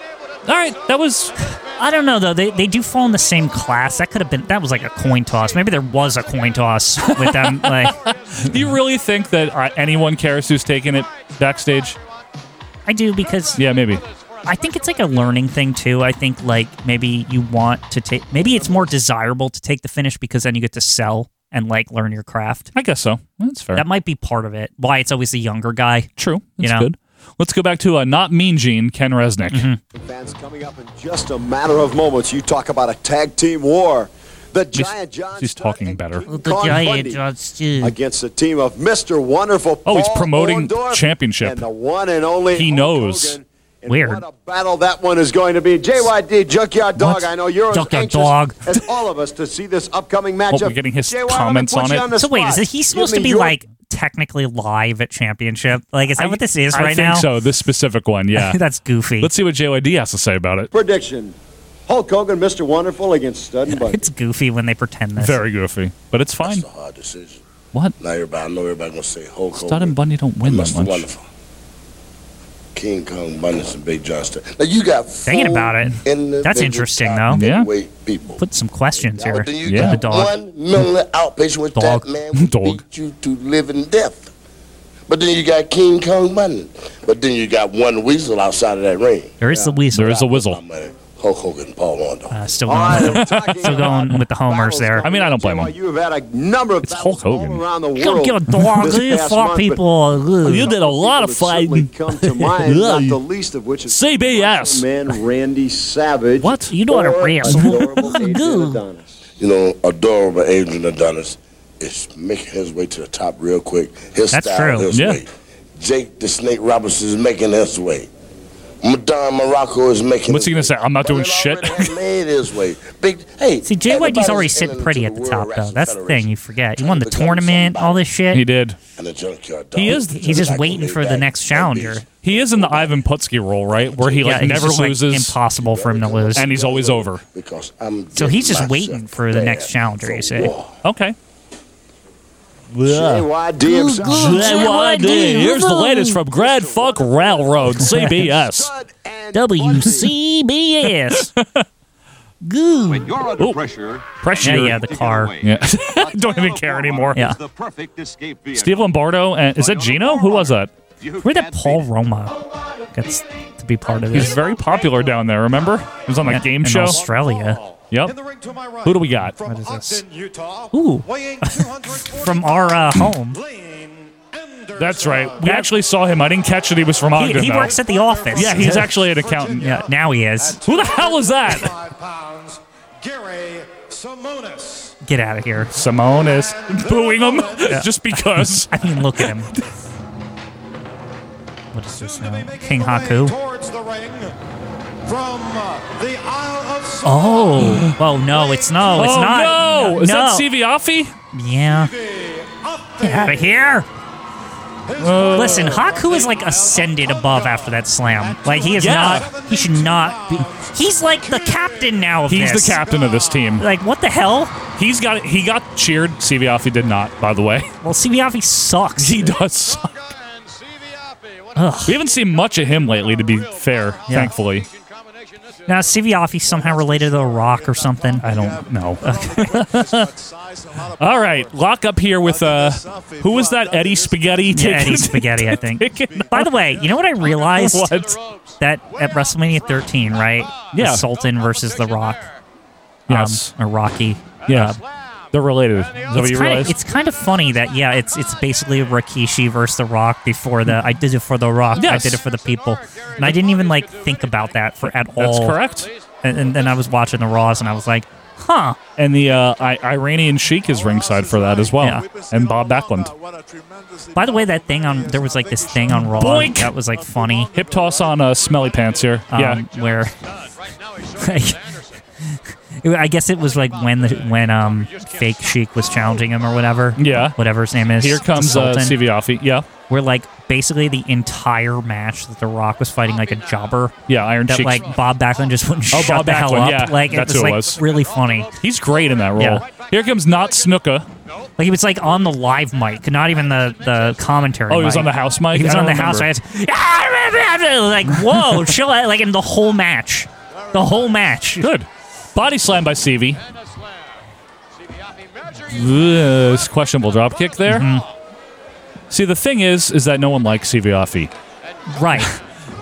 all right, that was.
I don't know though. They, they do fall in the same class. That could have been that was like a coin toss. Maybe there was a coin toss with them. like
Do you really think that uh, anyone cares who's taking it backstage?
I do because
Yeah, maybe.
I think it's like a learning thing too. I think like maybe you want to take maybe it's more desirable to take the finish because then you get to sell and like learn your craft.
I guess so. That's fair.
That might be part of it. Why it's always the younger guy.
True.
You
That's
know.
good. Let's go back to uh, not Mean Gene, Ken Resnick.
Fans coming up in just a matter of moments. You talk about a tag team war. The Giant John.
he's
Studd
talking
and
better.
King
The
Kong
giant
Bundy
John Stu.
Against the team of Mr. Wonderful.
Oh, he's
Paul
promoting
Orndorff
championship.
And the one and only.
He
Hulk
knows.
Hogan. And
Weird.
What a battle that one is going to be. JYD Junkyard Dog.
What?
I know you're as
Junkyard
anxious
Dog.
as all of us to see this upcoming matchup.
we're getting his
JY, let me
comments
put
on
you
it.
the
So wait, is
spot.
it, he's
Give
supposed to
me
be
your-
like technically live at championship? Like, is that what this is
I
right
think
now?
so. This specific one, yeah.
That's goofy.
Let's see what JYD has to say about it.
prediction? Hulk Hogan, Mr. Wonderful against Stud and Bundy.
it's goofy when they pretend this.
Very goofy, but it's fine.
a hard decision.
What?
Now everybody, I know everybody gonna say Hulk
Stud and Bundy don't win that
Mr.
much.
Wonderful. King Kong Bundes and Big John Studd. Now you got
Thinking
four
about it,
individual
that's interesting,
top
though.
Yeah.
heavyweight people.
Put some questions here.
Then you
Yeah.
got
The dog.
One million outpatient with
Dog.
that man would
Dog.
beat you to living death. But then you got King Kong Bundy. But then you got one weasel outside of that ring.
There is the weasel.
There is a
My
whistle.
money. Hulk Hogan, Paul Orndorff.
Uh, still
All right,
going.
we're talking
Still going
about
with the homers
battles
there.
going
I mean, I don't blame
on.
him.
You have had a number of
It's
battles
Hulk Hogan.
all around the
You don't
world.
give a dog.
this
You
past
fuck
month, but
people. Ugh.
You did a lot of
people that certainly
fighting.
Come to mind, not
Yeah.
the least of which is
CBS.
Macho Man Randy Savage.
What?
You know what a
or
rant.
adorable Adrian
Good.
Adonis.
you know, adorable Adrian Adonis is making his way to the top real quick. His
That's
style,
true,
his
yeah.
way. Jake the Snake Robertson is making his way. Madame Morocco is making.
What's he
his
gonna
way.
say? I'm not doing
Barrett
shit.
already had made his way. Big. Hey.
See, JYD's
everybody's
already
sitting
sitting pretty
into
at the
World
top, though.
Wrestling
That's the thing
Federation
you forget. He
trying
won
to
the
become
tournament, all
somebody.
this shit.
He did.
And the junkyard
He
dog.
is- he's
Like
just
when
waiting
they
for the
back
next
in
challenger.
beast.
He is in the Ivan Putski role, right? Where he like
he's
never
just, like,
loses,
impossible for him to lose.
and he's always over.
Because I'm
So he's just
getting
waiting
myself
for the next
prepared
challenger,
for
you say?
war.
Okay.
JYD himself.
JYD. Here's the latest from Grand Funk Railroad, CBS.
Stud and
WCBS. Good.
When you're under
Oh.
pressure,
Pressure.
Yeah, yeah, the
to get
car.
away.
Yeah. Don't even care anymore.
Yeah.
It's the perfect escape vehicle.
Steve Lombardo and is that Gino? Who was that?
You
Where did
can't
Paul
beat it.
Roma gets to be part of
He's
this?
very popular down there. Remember? He was on the
Yeah,
game
in
show.
Australia. Australia.
Yep.
In the ring to my right,
Who do we got?
From
What is this?
Ogden, Utah,
Ooh.
weighing 240
From our uh, home.
Lane Anderson.
That's right. We actually saw him. I didn't catch that he was from
He,
Ogden.
he
though.
works at the office.
yeah, he's actually an accountant.
Yeah, now he is.
Who the hell is that?
25 pounds, Gary Simonis.
Get out of here.
Simone is booing him
Yeah.
just because.
I mean, look at him. What is this
Soon to be
now?
making
King
her way
Haku.
Towards the ring from uh, the Isle of Samoa.
Oh, oh no, it's no, it's
oh
not.
no! Is that Siviafi?
Yeah.
Up
Get out of here.
his
Uh,
Listen, Haku is like ascended above after that slam. Like he is
Yeah.
not. He should not be. He's like the captain now of
He's
this.
the captain of this team.
Like what the hell?
He's got he got cheered. Siviafi did not, by the way.
Well, Sibiafi sucks.
He does. suck.
Ugh.
We haven't seen much of him lately, to be fair.
Yeah.
Thankfully,
Now Sibiafi somehow related to the Rock or something. I don't know.
all right. Lock up here with uh, who was that? Eddie Spaghetti.
Yeah,
taking-
Eddie Spaghetti, I think.
taking-
By the way, you know what I realized?
What?
That at WrestleMania 13, right?
Yeah.
Sultan versus The Rock.
Yes.
Um, or Rocky.
yeah, they're related. Is that what
it's
you
kinda-
realize?
It's kind of funny that yeah, it's it's basically Rikishi versus The Rock before the I did it for The Rock,
Yes.
I did it for the people, and I didn't even like think about that for at all.
That's correct.
And, and then I was watching the Raws and I was like, huh,
And the uh, I- Iranian Sheik is ringside for that as well,
Yeah.
and Bob Backlund.
By the way, that thing on there was like this thing on Raw
Boink!
that was like funny.
Hip toss on uh, Smelly Pants here.
Um,
yeah,
where I guess it was like when the when um fake Sheik was challenging him or whatever.
Yeah.
whatever his name is.
here comes uh,
Sultan.
Siviafi. Yeah,
Where like basically the entire match that The Rock was fighting like a jobber.
yeah, Iron
That
Sheik.
like Bob Backlund just wouldn't
Oh,
shut
Bob
the hell
Backlund,
up.
yeah.
Like
That's
it was
who it
like
was.
really funny.
He's great in that role.
Yeah.
Here comes Not Snuka.
Like he was like on the live mic, not even the the commentary.
Oh, he was on the house mic?
He was
I
on the
don't
house mic.
remember.
Like whoa, chill out. Like in the whole match, the whole match.
Good. Body slam by CV. This questionable drop kick there.
Mm-hmm.
See, the thing is, is that no one likes Siviafi.
Right.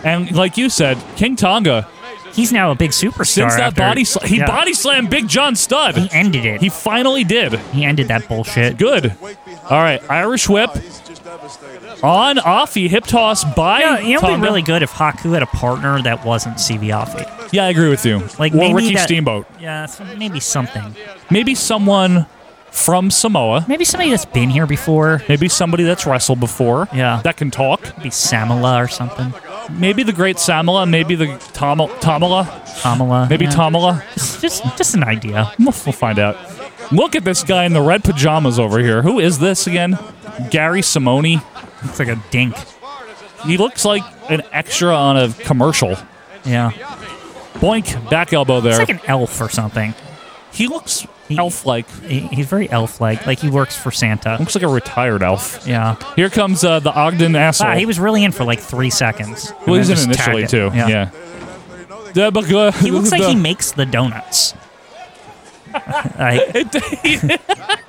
And like you said, King Tonga,
He's now a big superstar.
since that
after-
body slam, he
Yeah.
body slammed Big John Stud.
He ended it.
He
He,
finally did.
ended that bullshit.
Good. All right, Irish whip on offy hip toss by
Yeah, you know, it'd be
Tonga.
really good if Haku had a partner that wasn't Siviafi.
Yeah, I agree with you.
Like,
or
maybe
Ricky
that-
Steamboat.
Yeah, so- maybe something.
Maybe someone from Samoa.
Maybe somebody that's been here before.
Maybe somebody that's wrestled before.
Yeah.
That can talk.
Maybe Samala or something.
Maybe the great Samala. Maybe the Tom- Tamala.
Kamala.
Maybe
yeah.
Tamala.
Just, just, just an idea.
We'll, we'll find out. Look at this guy in the red pajamas over here. Who is this again? Gary Simone.
Looks like a dink.
He looks like an extra on a commercial.
Yeah.
Boink, back elbow there.
It's like an elf or something.
he looks elf-like.
He, he's very elf-like. Like he works for Santa.
Looks like a retired elf.
Yeah.
Here comes uh, the Ogden asshole.
Wow, Ah, he was really in for like three seconds.
well,
And
he's
then
in
just
initially
tagged
too.
it.
Yeah. Yeah, but, uh,
He looks like
the-
he makes the donuts. I,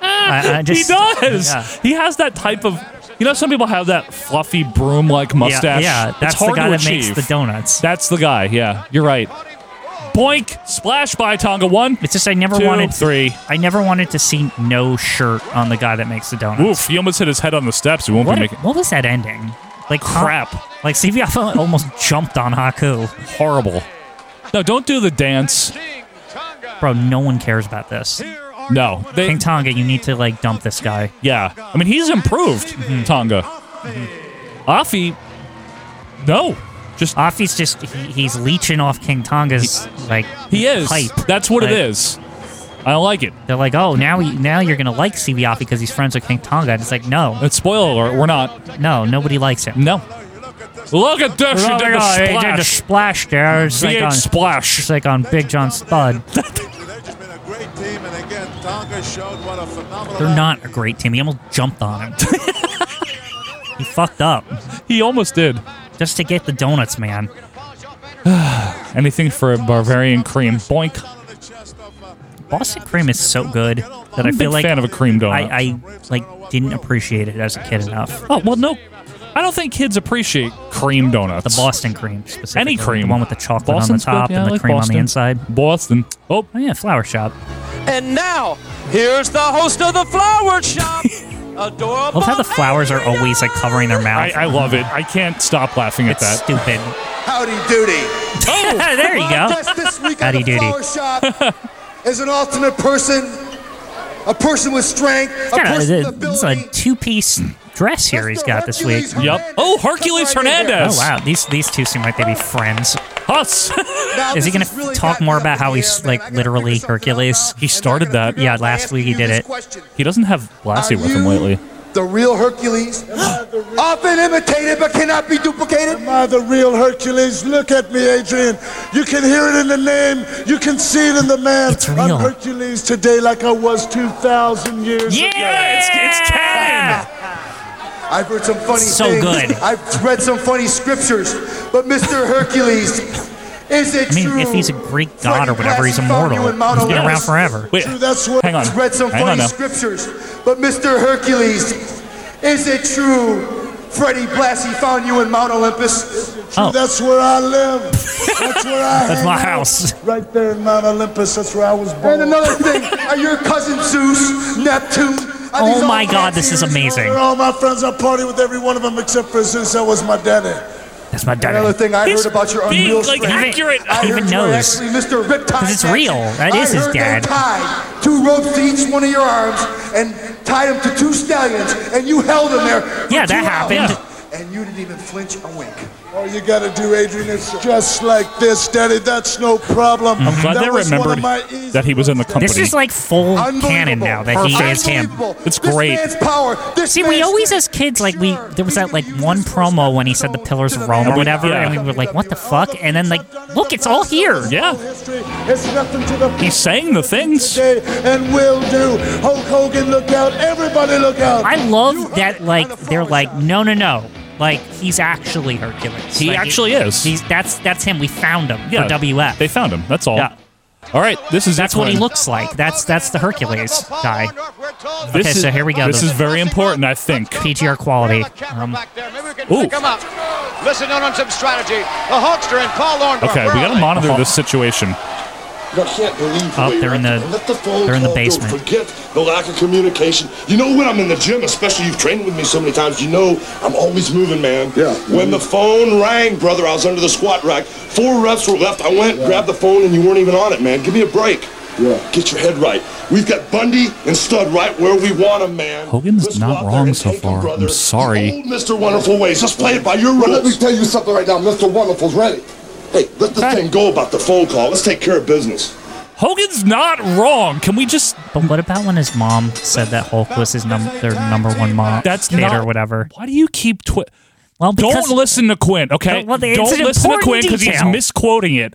I, I
he
just,
does.
Yeah.
He has that type of. You know, some people have that fluffy broom-like mustache.
Yeah, yeah,
It's
that's the
hard
guy
to
that makes
achieve.
the donuts.
That's the guy. Yeah, you're right. Boink! Splash by Tonga. One,
It's just I never
two,
wanted
three.
I never wanted to see no shirt on the guy that makes the donuts.
Oof, he almost hit his head on the steps. He won't
What,
be making
what was that ending? Like huh?
Crap.
Like CBF almost jumped on Haku.
horrible. No, don't do the dance.
Bro, no one cares about this.
No. They,
King Tonga, you need to like dump this guy.
yeah. I mean, he's improved,
Mm-hmm.
Tonga. Afi, no. Just
Afi's just he, he's leeching off King Tonga's like
He is.
hype.
That's what it
Like,
is. I don't like it.
They're like, oh, now he, now you're gonna like CB Afi because he's friends with King Tonga. And it's like, no,
It's spoiler alert. We're not.
no, nobody likes him.
No. Look at this. She
Oh,
did the
yeah, he did the
splash.
splash there. It's like,
V8
on,
splash.
it's like on Big John Spud.
They've just been a great team, and again, Tonga showed what a phenomenal.
They're not a great team. He almost jumped on him. he fucked up
He almost did.
just to get the donuts, man.
Anything for a Bavarian cream. Boink.
uh,
Boston cream is so good that
I'm
I
a
feel
big
like
fan of a cream donut.
I, I like didn't appreciate it as a kid enough.
oh, well, no. I don't think kids appreciate cream donuts.
The Boston cream, specifically.
Any cream.
the one with the chocolate
Boston's
on the top
good. Yeah, I
and the
like
cream on
Boston.
the inside.
Boston. Oh,
Oh yeah, flower shop.
And now, here's the host of the Flower Shop,
I
adorable.
love how the flowers are always like covering their mouth.
I, I love it. I can't stop laughing at
it's
that.
stupid.
Howdy doody.
Oh, there you go.
Podcast this week
Howdy
on the
doody.
Flower Shop is an alternate person, a person with strength, a
Got a-
person with
It's a
ability.
two-piece dress here he's got this week.
Hercules
Yep. Oh, Hercules
Come right in here.
Hernandez.
Oh wow, these these two seem like they'd be friends.
Huss.
Now,
Is he
this
gonna
really
talk
gotten
more
up
about
in the
how he's,
air, man.
like,
I gotta
literally
figure something
Hercules?
else out,
He
and I
started
gotta
that.
figure
Yeah,
out by
last
asking
week he
you
did
this
it.
question.
he doesn't have Lassie
Are
with him
you
lately.
The real Hercules, often imitated but cannot be duplicated.
Am I the real Hercules? Look at me, Adrian. You can hear it in the name. You can see it in the man.
It's real.
I'm Hercules today like I was 2,000 years
Yeah,
ago.
it's- it's canon.
I've heard some funny
So
things.
good.
I've read some funny scriptures, but Mr. Hercules, is it
I mean,
true?
if he's a Greek god or whatever, he's
Freddie Blassie found
immortal.
you in Mount
He's been around
Olympus.
forever.
Wait,
True, that's what
hang on.
I've read some
hang on
funny
now.
scriptures, but Mr. Hercules, is it true? Freddie Blassie found you in Mount Olympus.
Oh.
That's where I live. That's where I
That's
hang
my
out.
house.
Right there in Mount Olympus. That's where I was born.
And another thing, are your cousin Zeus, Neptune? Are these
Oh
all
my god, this is
fanciers?
amazing.
They're all my friends. I party with every one of them except for Zeus. That was my daddy.
That's my
Another
dad.
thing I
He's
heard about your
being,
unreal
like,
strength.
accurate.
I
He
heard
even
you were
knows.
Actually, Mr. Riptide.
'Cause it's
Jackson.
real. That
I
is his
heard
dad.
They tied two ropes to each one of your arms and tied them to two stallions, and you held them there. for
Yeah, that
two
happened.
hours, And you didn't even flinch a wink.
All you gotta do, Adrian, is just like this, Daddy. That's no problem.
I'm glad
That
they
was one of
remembered
my easy
that he was in the
ones.
company.
This is like full
Unbelievable.
canon now that he
Perfect.
is him.
Unbelievable.
It's
This
great.
man's power, this
See, we
man's
always
strength.
as kids like we there was that like
Sure,
one
you just
promo
lost
when he
that
said the
soul
pillars
to
of
the
Rome
man
or
who
whatever,
yeah.
and we were like, what the fuck? And then like, look, it's all here.
Yeah.
It's nothing to the
He's saying the things.
today and will do. Hulk Hogan, look out. Everybody, look out.
I love that like they're like, no, no, no. Like he's actually Hercules.
He
Like,
actually is.
He's that's that's him. We found him
Yeah,
for WF.
They found him. That's all.
Yeah.
All right. This is
that's
it,
what he
Glenn.
looks like. That's that's the Hercules guy.
This
Okay,
is,
so here we go.
This
The-
is very important, I think.
PGR quality. Um,
Ooh.
Listen in on some strategy. The Hulkster and Paul Orndorff.
Okay, we
where are
gotta
they?
monitor this situation.
I can't believe the
Oh,
way
they're in
you're
the-
acting. Let the phone
they're in the
call go.
basement.
Forget the lack of communication. You know when I'm in the gym, especially you've trained with me so many times, you know I'm always moving, man.
Yeah.
When the phone rang, brother, I was under the squat rack. Four reps were left. I went, grabbed the phone, and you weren't even on it, man. Give me a break.
Yeah.
Get your head right. We've got Bundy and Stud right where we want them, man.
Hogan's
Let's
not
go out there
wrong
and
so
take 'em,
far. I'm
brother. The
sorry.
Old Mr. Wonderful Ways. Just play it by your rules.
Let me tell you something right now. Mr. Wonderful's ready.
Hey, let the thing go about the phone call. Let's take care of business.
Hogan's not wrong. Can we just?
but what about when his mom said that Hulk was his num- their number one mom
That's
kid
not
or whatever?
Why do you keep twi-
Well, because
Don't listen to Quinn, okay?
Don't- well, it's
Don't
an
listen to
important
Quinn because he's
detail.
misquoting it.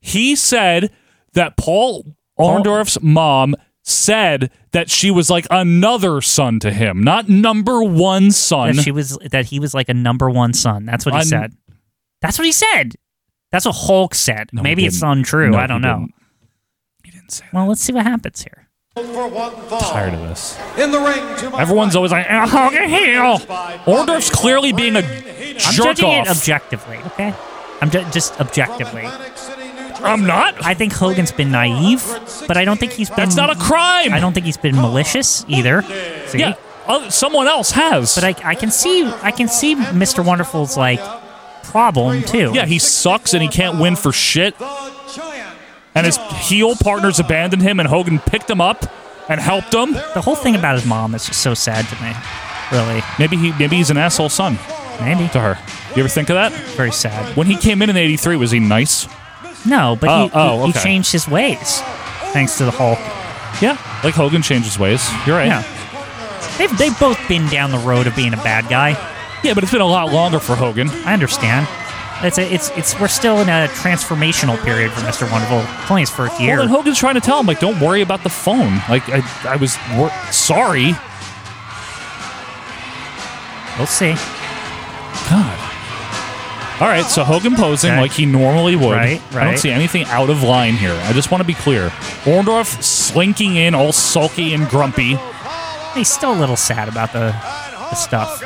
He said that Paul Orndorff's mom said that she was like another son to him, not number one son.
that she was that he was like a number one son. That's what he
Un-
said. That's what he said. That's what Hulk said.
No, he
Maybe it's
didn't.
untrue.
No,
I don't
he
know.
didn't. He didn't say that.
Well, let's see what happens here.
Tired of this.
In the ring to my
Everyone's always like, "Ah, Hogan heel. Orndorff's clearly being a
I'm
jerk
judging
off.
it objectively. Okay, I'm ju- just objectively.
I'm not.
I think Hogan's been naive, but I don't think he's been.
That's not a crime.
I don't think he's been malicious either. See?
Yeah, oth- someone else has.
But I, I can see, I can see Mr. Wonderful's like problem too.
yeah, he sucks and he can't win for shit. And his heel partners abandoned him, and Hogan picked him up and helped him.
The whole thing about his mom is just so sad to me. Really,
Maybe he, maybe he's an asshole son
maybe
to her. You ever think of that?
very sad.
When he came in in '83, was he nice?
No, but
Oh,
he,
oh,
he, he
okay.
changed his ways thanks to the Hulk.
Yeah, like Hogan changed his ways. You're right.
Yeah. They've, they've both been down the road of being a bad guy.
Yeah, but it's been a lot longer for Hogan.
I understand. It's a, it's it's we're still in a transformational period for Mr. Wonderful. It's only his first year.
Well, then Hogan's trying to tell him, like, don't worry about the phone. Like, I, I was wor- sorry.
We'll see.
God. All right, so Hogan posing
Okay.
like he normally would.
Right,
I don't
right.
see anything out of line here. I just want to be clear. Orndorff slinking in all sulky and grumpy.
He's still a little sad about the the stuff.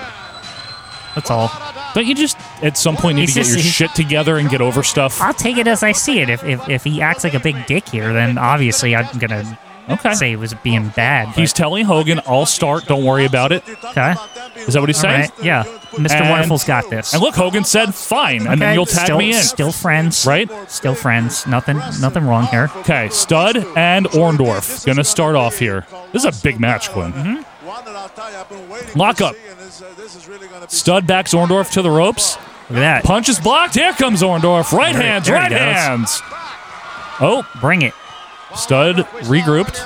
That's all.
Don't you just at some point need
He's
to get
just-
your
he's-
shit together and get over stuff?
I'll take it as I see it. If if, if he acts like a big dick here, then obviously I'm gonna
Okay.
say he was being bad. but-
He's telling Hogan, I'll start, don't worry about it.
okay.
Is that what he's
All
saying?
right. Yeah. Mr.
And-
Wonderful's got this.
And look, Hogan said, fine, and
Okay,
then you'll tag
still,
me in.
Still friends.
Right?
Still friends. Nothing nothing wrong here.
Okay, Stud and Orndorff gonna start off here. This is a big match, Quinn. Lock
Lock
up.
Mm-hmm.
up.
Stud backs Orndorff to the ropes.
Look at that.
Punch is blocked. Here comes Orndorff. Right
There-
hands,
there he
right
goes.
hands. Oh,
Bring it.
Stud regrouped.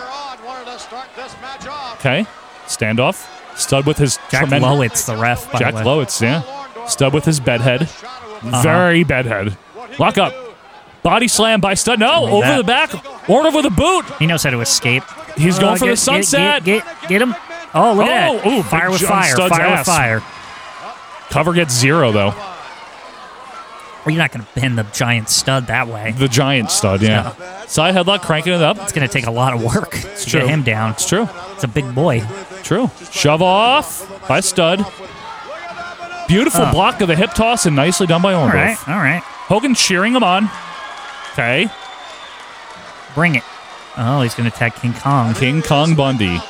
Okay, standoff. Stud with his
Jack
tremendous
Lowett's the ref, by
Jack
the way. Uh-huh.
Lowitz, yeah. Stud with his bedhead. Very bedhead. Lock up. Body slam by Stud. No, over
that.
the back. Orndorff with a boot.
He knows how to escape.
He's going
Oh,
for
get-
the sunset.
Get, get, get him. Oh, look
Oh,
at that.
ooh,
fire
big
with
John
fire.
Studd's
Fire
ass.
with fire.
Cover gets zero though.
Well, you're not going to bend the giant stud that way.
The giant Stud, yeah. Side headlock, cranking it up.
It's going to take a lot of work to
true.
get him down.
It's true.
It's a big boy.
True. Shove off by Stud. Beautiful
Oh.
block of the hip toss and nicely done by
All
Orndorff.
right, all right.
Hogan cheering him on. Okay.
Bring it. Oh, he's going to tag King Kong.
King Kong Bundy.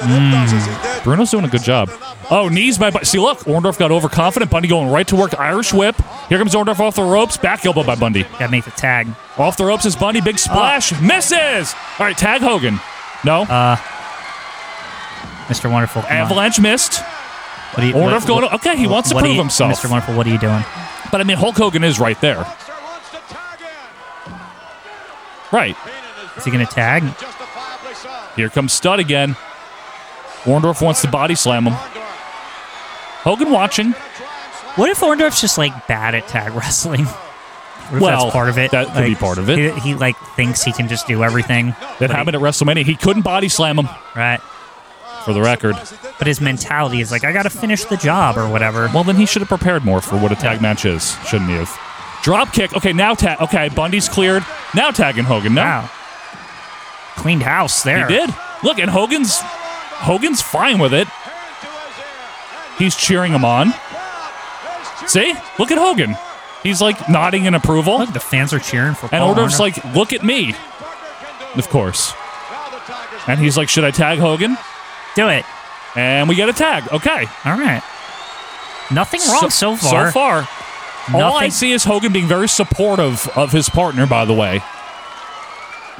Hmm. Bruno's doing a good job. Oh, knees by. Bu- See, look, Orndorff got overconfident. Bundy going right to work. Irish whip. Here comes Orndorff off the ropes. Back elbow by Bundy.
Got to make the tag.
Off the ropes is Bundy. Big splash. Misses. All right, tag Hogan. No.
Mr. Wonderful. come on.
Avalanche missed.
What do you-
Orndorff going to- okay, he wants to
what do
prove
you-
himself.
Mr. Wonderful, what are you doing?
But I mean, Hulk Hogan is right there. Right.
Is he going to tag?
Here comes Stud again. Orndorff wants to body slam him. Hogan watching.
What if Orndorff's just like bad at tag wrestling? What if
Well,
that's part of it.
that could be part of it.
He, he, like thinks he can just do everything.
That happened at WrestleMania. He couldn't body slam him,
Right.
for the record.
But his mentality is like, I got to finish the job or whatever.
Well, then he should have prepared more for what a tag match is, shouldn't he have? Drop kick. Okay, now tag. Okay, Bundy's cleared. Now tagging Hogan. No,
Wow. Cleaned house
he
there.
did. Look, and Hogan's Hogan's fine with it. He's cheering him on. See, look at Hogan. He's like nodding in approval.
Look, the fans are cheering for
And
Paul
Orndorff's
Orndorff.
like, look at me. Of course. And he's like, should I tag Hogan?
do it.
And we get a tag. Okay.
All right. Nothing wrong so, far.
So far. All I
Nothing-
see is Hogan being very supportive of his partner, by the way.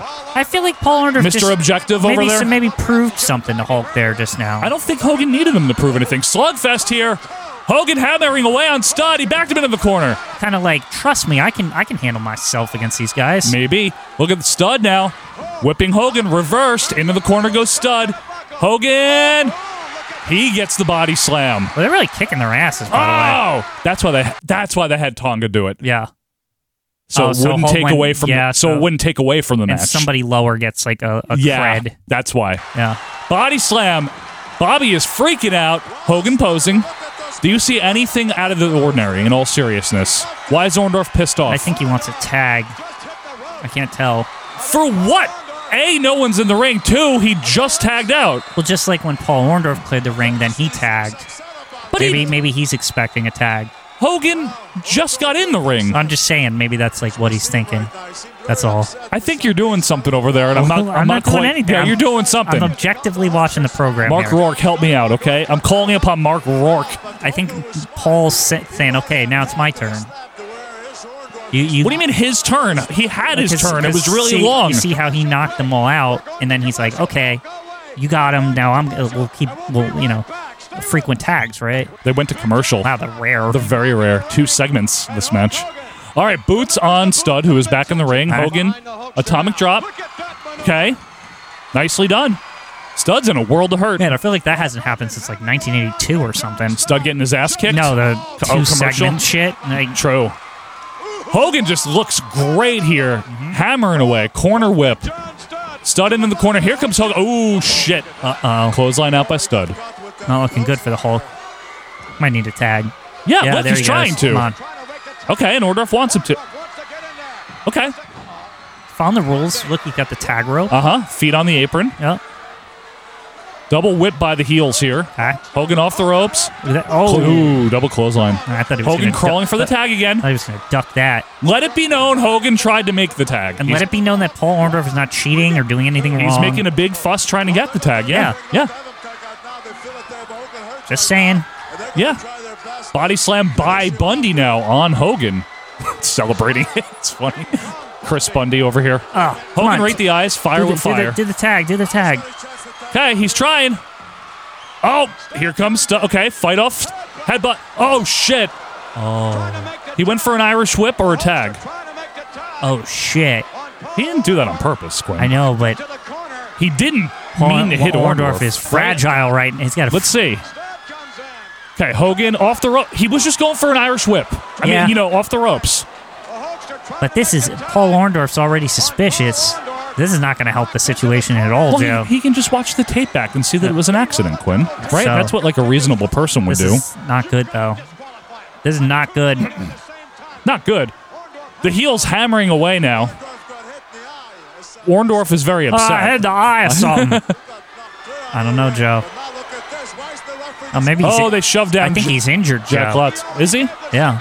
I feel like Paul Orndorff
Mr.
just
Objective
maybe,
over there?
so- maybe proved something to Hulk there just now.
I don't think Hogan needed him to prove anything. Slugfest here. Hogan hammering away on Stud. He backed him into the corner.
kind of like trust me. I can I can handle myself against these guys.
Maybe. Look at Stud now. Whipping Hogan. Reversed. Into the corner goes Stud. Hogan. He gets the body slam.
Well, they're really kicking their asses. By the way.
Oh, that's why they that's why they had Tonga do it.
Yeah.
so
Oh,
it
so
wouldn't
Hulk
take
went-
away from
yeah,
the, so,
so-
it wouldn't take away from the
And
match.
somebody lower gets like a, a
yeah,
cred.
that's why.
Yeah.
Body slam. Bobby is freaking out. Hogan posing. Do you see anything out of the ordinary? In all seriousness, why is Orndorff pissed off?
I think he wants a tag. I can't tell.
for what? A, no one's in the ring. Two, he just tagged out.
Well, just like when Paul Orndorff cleared the ring, then he tagged.
But
maybe
he,
maybe he's expecting a tag.
Hogan just got in the ring.
I'm just saying, maybe that's like what he's thinking. That's all.
I think you're doing something over there, and I'm not. I'm, not,
doing
quite-
anything.
Yeah,
I'm-
you're doing something.
I'm objectively watching the program.
Mark
here.
Rourke, help me out, okay? I'm calling upon Mark Rourke.
I think Paul's sa- saying, "Okay, now it's my turn." You, you,
What do you mean his turn? He had his
Because-
turn. It
because
was really
see-
long.
You see how he knocked them all out, and then he's like, "Okay, you got him. Now I'm. uh, We'll keep. We'll you know, frequent tags, right?
They went to commercial.
Wow, the rare.
They're very rare. Two segments this match. All right, boots on Stud, who is back in the ring.
All right.
Hogan, atomic drop. Okay, nicely done. Stud's in a world of hurt.
Man, I feel like that hasn't happened since like 1982 or something.
Stud getting his ass kicked.
No, the
Oh,
two segment shit. Like,
True. Hogan just looks great here,
Mm-hmm.
hammering away, corner whip. Stud in the corner. Here comes Hogan. Oh shit!
uh oh,
Clothesline out by Stud.
not looking good for the Hulk. Might need a tag.
Yeah,
yeah
look,
there
he's
he
trying
goes.
to.
Come on.
Okay, in order if wants him to. Okay.
Found the rules. Look, he got the tag rope.
Uh huh. Feet on the apron.
Yep.
Double whip by the heels here.
Okay.
Hogan off the ropes.
Look at that- Ah. Oh,
Ooh, double clothesline.
I thought he was
Hogan
gonna
crawling
duck-
for the tag again.
I was going to duck that.
Let it be known Hogan tried to make the tag.
And
he's,
let it be known that Paul Orndorff is not cheating or doing anything wrong.
he's making a big fuss trying to get the tag. Yeah. Yeah.
Just saying.
Yeah. Body slam by Bundy now on Hogan. Celebrating. it's funny. Chris Bundy over here.
Oh, come
Hogan
on.
Ah, right the eyes, fire
do the,
with fire.
Do the, do the tag. Do the tag.
Okay, he's trying. Oh, here comes. Stu- okay, fight off. Headbutt. Oh, shit. Oh. He went for an Irish whip or a tag.
Oh shit!
He didn't do that on purpose, Quinn.
I know, but
He didn't
Paul,
mean to hit
Paul
Orndorff.
is
Right?
fragile, right? He's got a
Let's see. Okay, Hogan off the rope. He was just going for an Irish whip. I
Yeah.
mean, you know, off the ropes.
But this is Paul Orndorff's already suspicious. This is not going to help the situation at all,
Well,
Joe.
he, he can just watch the tape back and see that it was an accident, Quinn. Right?
So-
That's what like a reasonable person would
this
do.
is not good, though. This is not good.
Not good. The heel's hammering away now. Orndorff is very
Ah,
upset.
I had the eye or something. I don't know, Joe. Oh, maybe. He's
Oh, they shoved down
I think
J-
he's injured, Joe.
Jack Lutz. Is he?
Yeah,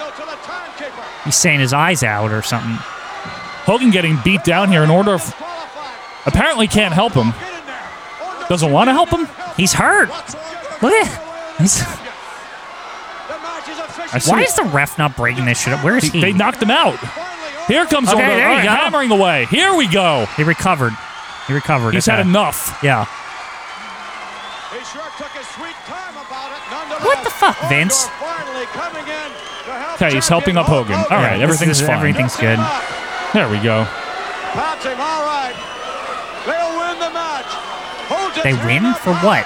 he's saying his eyes out or something.
Hogan getting beat down here in order of apparently can't help him. Doesn't want to help him.
He's hurt. Look at. He's,
I see
why
it.
is the ref not breaking this shit up? Where is
He-
he?
they knocked him out. Here comes
Okay,
Orndorff.
there you
All right,
go.
hammering away. Here we go.
He recovered. He recovered.
He's
okay.
had enough.
Yeah.
oh,
What the fuck, Vince?
Okay, he's helping up Hogan. All
Yeah,
right,
this
everything's
is-
fine.
Everything's good.
There we go.
They win for what?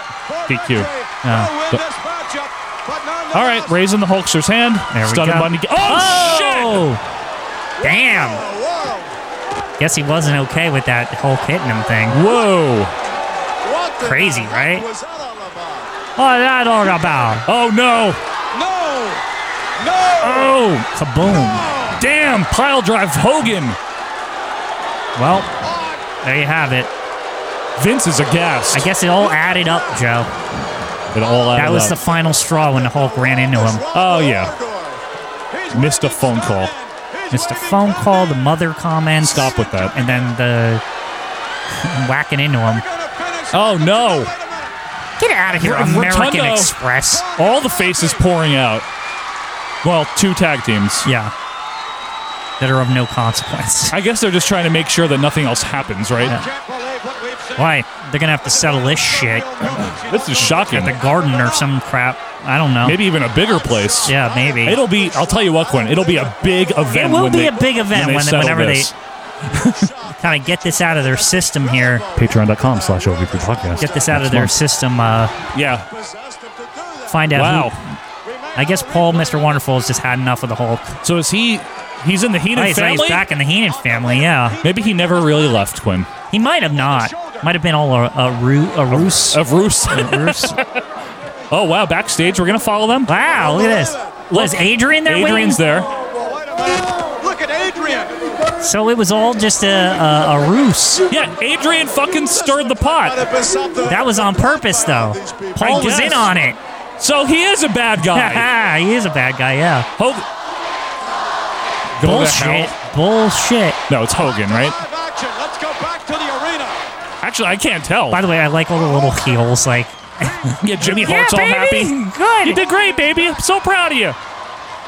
DQ.
Oh.
All right, raising the Hulkster's hand.
There we
Stud and
go.
Bundy. Oh, shit!
shit! Damn. Guess he wasn't okay with that whole hitting him thing.
Whoa!
Crazy, right? Oh, that all about.
Oh no! Oh!
Kaboom.
Damn! Pile drive Hogan.
Well, there you have it.
Vince is aghast.
I guess it all added up, Joe.
it all added
That was
up.
the final straw when the Hulk ran into him.
Oh yeah. Missed a phone call.
Just a phone call, the mother comments.
Stop with that.
And then the whacking into him.
Oh no!
Get out of here,
R-
American
Rotundo.
Express.
All the faces pouring out. Well, two tag teams.
Yeah. That are of no consequence.
I guess they're just trying to make sure that nothing else happens, right?
Why? They're going to have to settle this shit
This is
at
shocking.
the garden or some crap. I don't know.
Maybe even a bigger place.
Yeah, maybe.
It'll be. I'll tell you what, Quinn. It'll be a big event.
will
when
be
they-
a big event
when
when-
they settle
whenever they-
this.
kind of get this out of their system here.
Patreon.com slash OVP podcast.
Get this out of their system. Uh,
Yeah.
find out.
Wow.
Who, I guess Paul, Mr. Wonderful, has just had enough of the Hulk.
So is he? He's in the Heenan
Oh, he's,
family.
he's back in the Heenan family. Yeah,
Maybe he never really left, Quinn.
he might have not. Might have been all a, a, roo, a ruse.
Of Roos.
A ruse.
oh wow! Backstage, we're gonna follow them.
Wow, look at this. Was Adrian there? with him?
Adrian's there.
So it was all just a, a, a ruse.
Yeah, Adrian fucking stirred the pot.
That was on purpose, though. Paul was
guess.
in on it.
So he is a bad guy.
he is a bad guy, yeah.
Hogan. Go to
Bullshit.
hell.
Bullshit.
No, it's Hogan, right? Actually, I can't tell.
By the way, I like all the little heels. Like,
Yeah, Jimmy
Yeah,
Hart's all
baby.
happy.
Good.
You did great, baby. I'm so proud of you.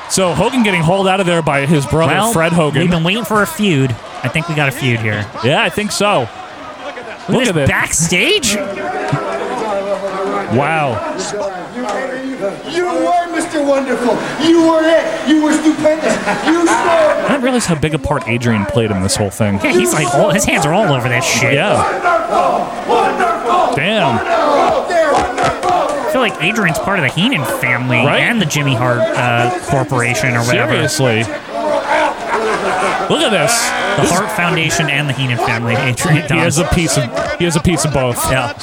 So Hogan getting hauled out of there by his brother
well,
Fred Hogan.
We've been waiting for a feud. I think we got a feud here.
yeah, I think so.
Look,
Look
at
at
this
it.
backstage.
Wow.
You were Mr. Wonderful. You were it. You were stupendous. You
I
scored.
didn't realize how big a part Adrian played in this whole thing.
Yeah, he's like, all, his hands are all over that shit.
Yeah.
Wonderful.
Damn.
Wonderful. There.
I feel like Adrian's part of the Heenan family
Right?
and the Jimmy Hart uh, Corporation or whatever.
Seriously. Look at this.
The Hart Foundation and the Heenan family. Adrian
He has
does.
a piece of he has a piece of both.
Yeah.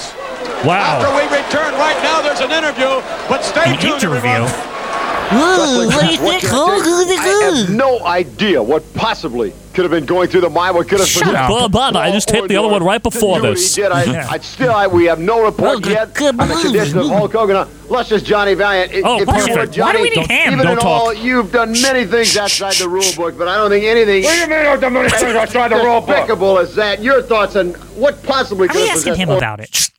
Wow.
we return right now, there's an interview, but stay
An interview.
I have no idea what possibly could have been going through the mind. What could have
Shut
been
up.
Blah, blah, blah. I just hit the other one right before
Do what he
this.
Did. I, I still, I, we have no report yet on the condition of Hulk Hogan. Unless it's Johnny Valiant. If,
Oh,
if you
perfect.
were
Why
Johnny,
do we need him?
Even
Don't
in all,
talk.
you've done many things outside the rule book, but I don't think anything despicable as that. Your thoughts on what possibly
How
could
are we
have
asking
possessed
him
Hulk
about it?
to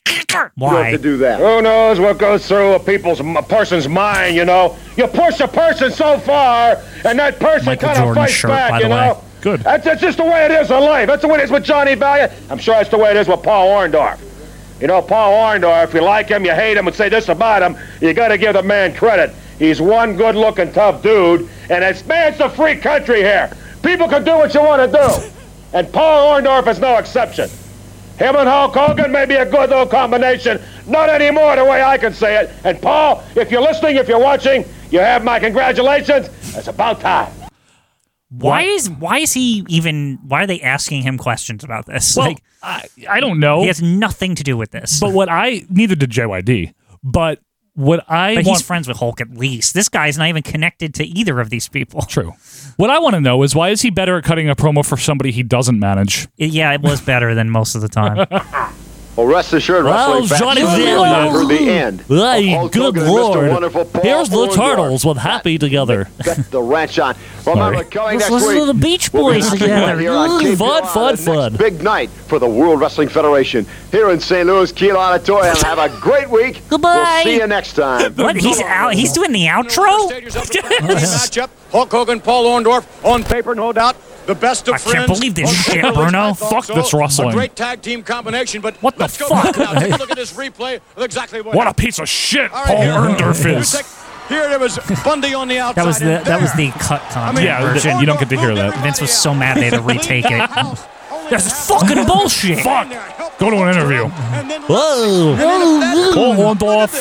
Why?
do that?
Who knows what goes through a people's a person's mind, you know? You push a person so far, and that person
Michael
kind of
Jordan's
fights
shirt,
back,
by
you
the way.
know?
Good.
That's, that's just the way it is in life. That's the way it is with Johnny Valiant. I'm sure that's the way it is with Paul Orndorff. You know, Paul Orndorff, if you like him, you hate him, and say this about him, you got to give the man credit. He's one good-looking, tough dude, and it's, man, it's a free country here. People can do what you want to do. And Paul Orndorff is no exception. Him and Hulk Hogan may be a good little combination. Not anymore, the way I can say it. And Paul, if you're listening, if you're watching, you have my congratulations. It's about time.
Why is why is he even? Why are they asking him questions about this?
Well,
like,
I, I don't know.
he has nothing to do with this.
But what I neither did JYD. But what I
But
want,
he's friends with Hulk at least. This guy's not even connected to either of these people.
true. What I want to know is why is he better at cutting a promo for somebody he doesn't manage?
Yeah, it was better than most of the time.
Well, rest assured,
Well,
wrestling fans
Johnny
have
Valiant.
heard the end. of Hulk Hogan and Mr. Wonderful Paul Orndorff.
happy together.
Bet the ranch on. Remember,
Sorry.
coming
Let's
next
listen
week.
to the Beach
we'll be
Boys
back
together.
Here on
Ooh,
KPRI
fun,
on
fun,
the next
fun.
Big night for the World Wrestling Federation here in St. Louis, Kiel Auditorium. Have a great week.
Goodbye.
We'll see you next time.
what? He's out. He's doing the outro.
matchup. Hulk Hogan, Paul Orndorff, on paper, no doubt, the best of
I
friends.
can't believe this
Hulk
shit,
Hogan,
Bruno.
I thought
Fuck this wrestling.
A great tag team combination, but
What the
let's go
fuck?
back now. Take a look at this replay of exactly what.
What a
happened.
piece of shit
All right,
Paul
here-
Erndorf
you
is.
take- Here it was Bundy on the outside.
that was the
and
that was
there.
the cut
I
con
mean,
Yeah,
version.
and you don't get to hear that.
Vince was so mad they had to retake it. This is
That's
fucking bullshit.
Fuck. Go to an interview.
Whoa.
Paul Orndorff.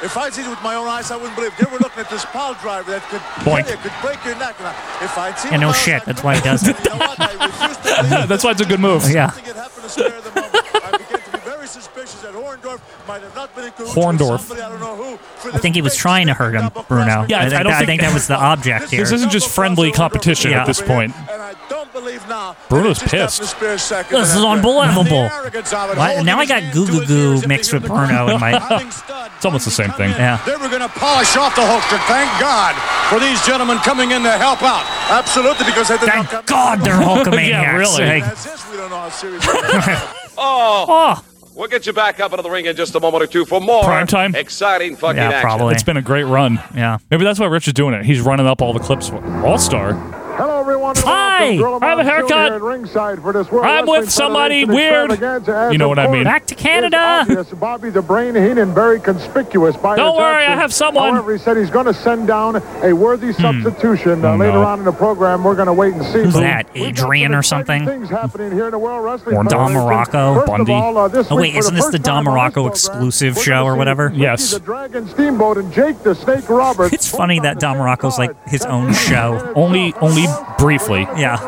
If I seen it with my own eyes, I wouldn't believe. They were looking at this pile driver that could
Boink.
kill you, could break your neck. And I- If I'd seen
Yeah,
it
no
with my
shit,
own eyes, I
that's why he does it.
couldn't believe it. You know what? I refuse to believe it.
That's why it's a good move.
Yeah.
Something had happened to spare the moment. I began to be very suspicious that Horndorf might have not been in cahoots with
Horndorf.
somebody, I don't know who, for
I think he was
this
trying to hurt him,
double cross.
Bruno.
Yeah,
I think,
I don't
that, I
think-
think that was the object here.
This isn't just friendly competition
Yeah.
at this point.
And I don't believe now. that
Bruno's
it just happened
pissed.
to spare second
This
and
is
after.
unbelievable.
The arrogance of it,
Why-
holding
now I
his
got
hand
goo
to
goo
his
goo
ears if
mixed
they
with
hear the
Bruno in my-
Having stud,
It's almost the
Bundy
same
come
thing.
in,
Yeah.
They were going to polish off the Hulkster. Thank God for these gentlemen coming in to help out. Absolutely, because had they not come-
Thank God they're Hulkamaniacs.
Yeah, really.
Like,
That's this. We don't know how serious.
oh,
We'll get you back up into the ring in just a moment or two for more
Prime time?
exciting fucking
yeah, probably.
It's been a great run.
Yeah.
Maybe that's why Rich is doing it. He's running up all the clips. All star.
Hello, everyone. and
Hi,
welcome to
I have a
Grill 'em Out
haircut.
Jr. at ringside for this World
I'm
Wrestling
with somebody
Federation
weird.
extravaganza as,
You know
of
what I
course,
mean.
Back to
is
Canada.
obvious. Bobby the Brain Heenan very conspicuous by
Don't
his
worry, I
absence.
have someone.
However, he said he's going to send down a worthy substitution uh,
Oh,
later
no.
on in the program. We're going to wait and see.
Hmm. Who's
But
that,
we've got
Adrian
some
or
exciting
something?
Things happening here in the World Wrestling
Or Don
Federation.
Morocco,
First of
Bundy.
all, uh, this
Oh,
week
wait,
for
isn't this
first
the Don
time on
Morocco
this program,
exclusive
we're
show
gonna
or
see
whatever?
Ricky
Yes.
The Dragon Steamboat and Jake the Snake Roberts.
It's funny that Don Morocco's like his own show.
Only, only briefly.
Yeah.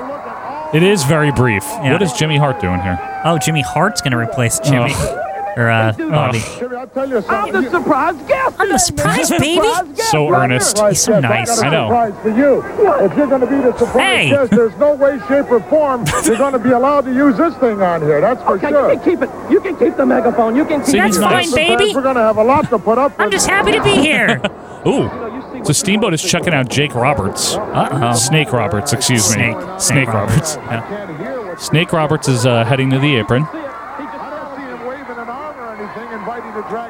It is very brief.
Yeah.
What is Jimmy Hart doing here?
Oh, Jimmy Hart's going to replace Jimmy.
Ugh.
Or uh, Bobby.
I'm the surprise guest. I'm the surprise
baby. So earnest. He's so nice.
I know. For you, if you're going to be the surprise
Hey.
guest, there's no way, shape, or form you're going to be allowed to use this thing on here. That's for
Okay,
sure.
you can keep it. You can keep the megaphone. You can keep
Seems
it.
nice. That's fine,
baby.
We're gonna have a lot to put up.
I'm just happy to be here.
Ooh. So Steamboat is checking out Jake Roberts. Uh-oh. Snake Roberts, excuse
Snake.
me.
Snake
Snake Roberts. Yeah. Snake Roberts is uh, heading to the apron.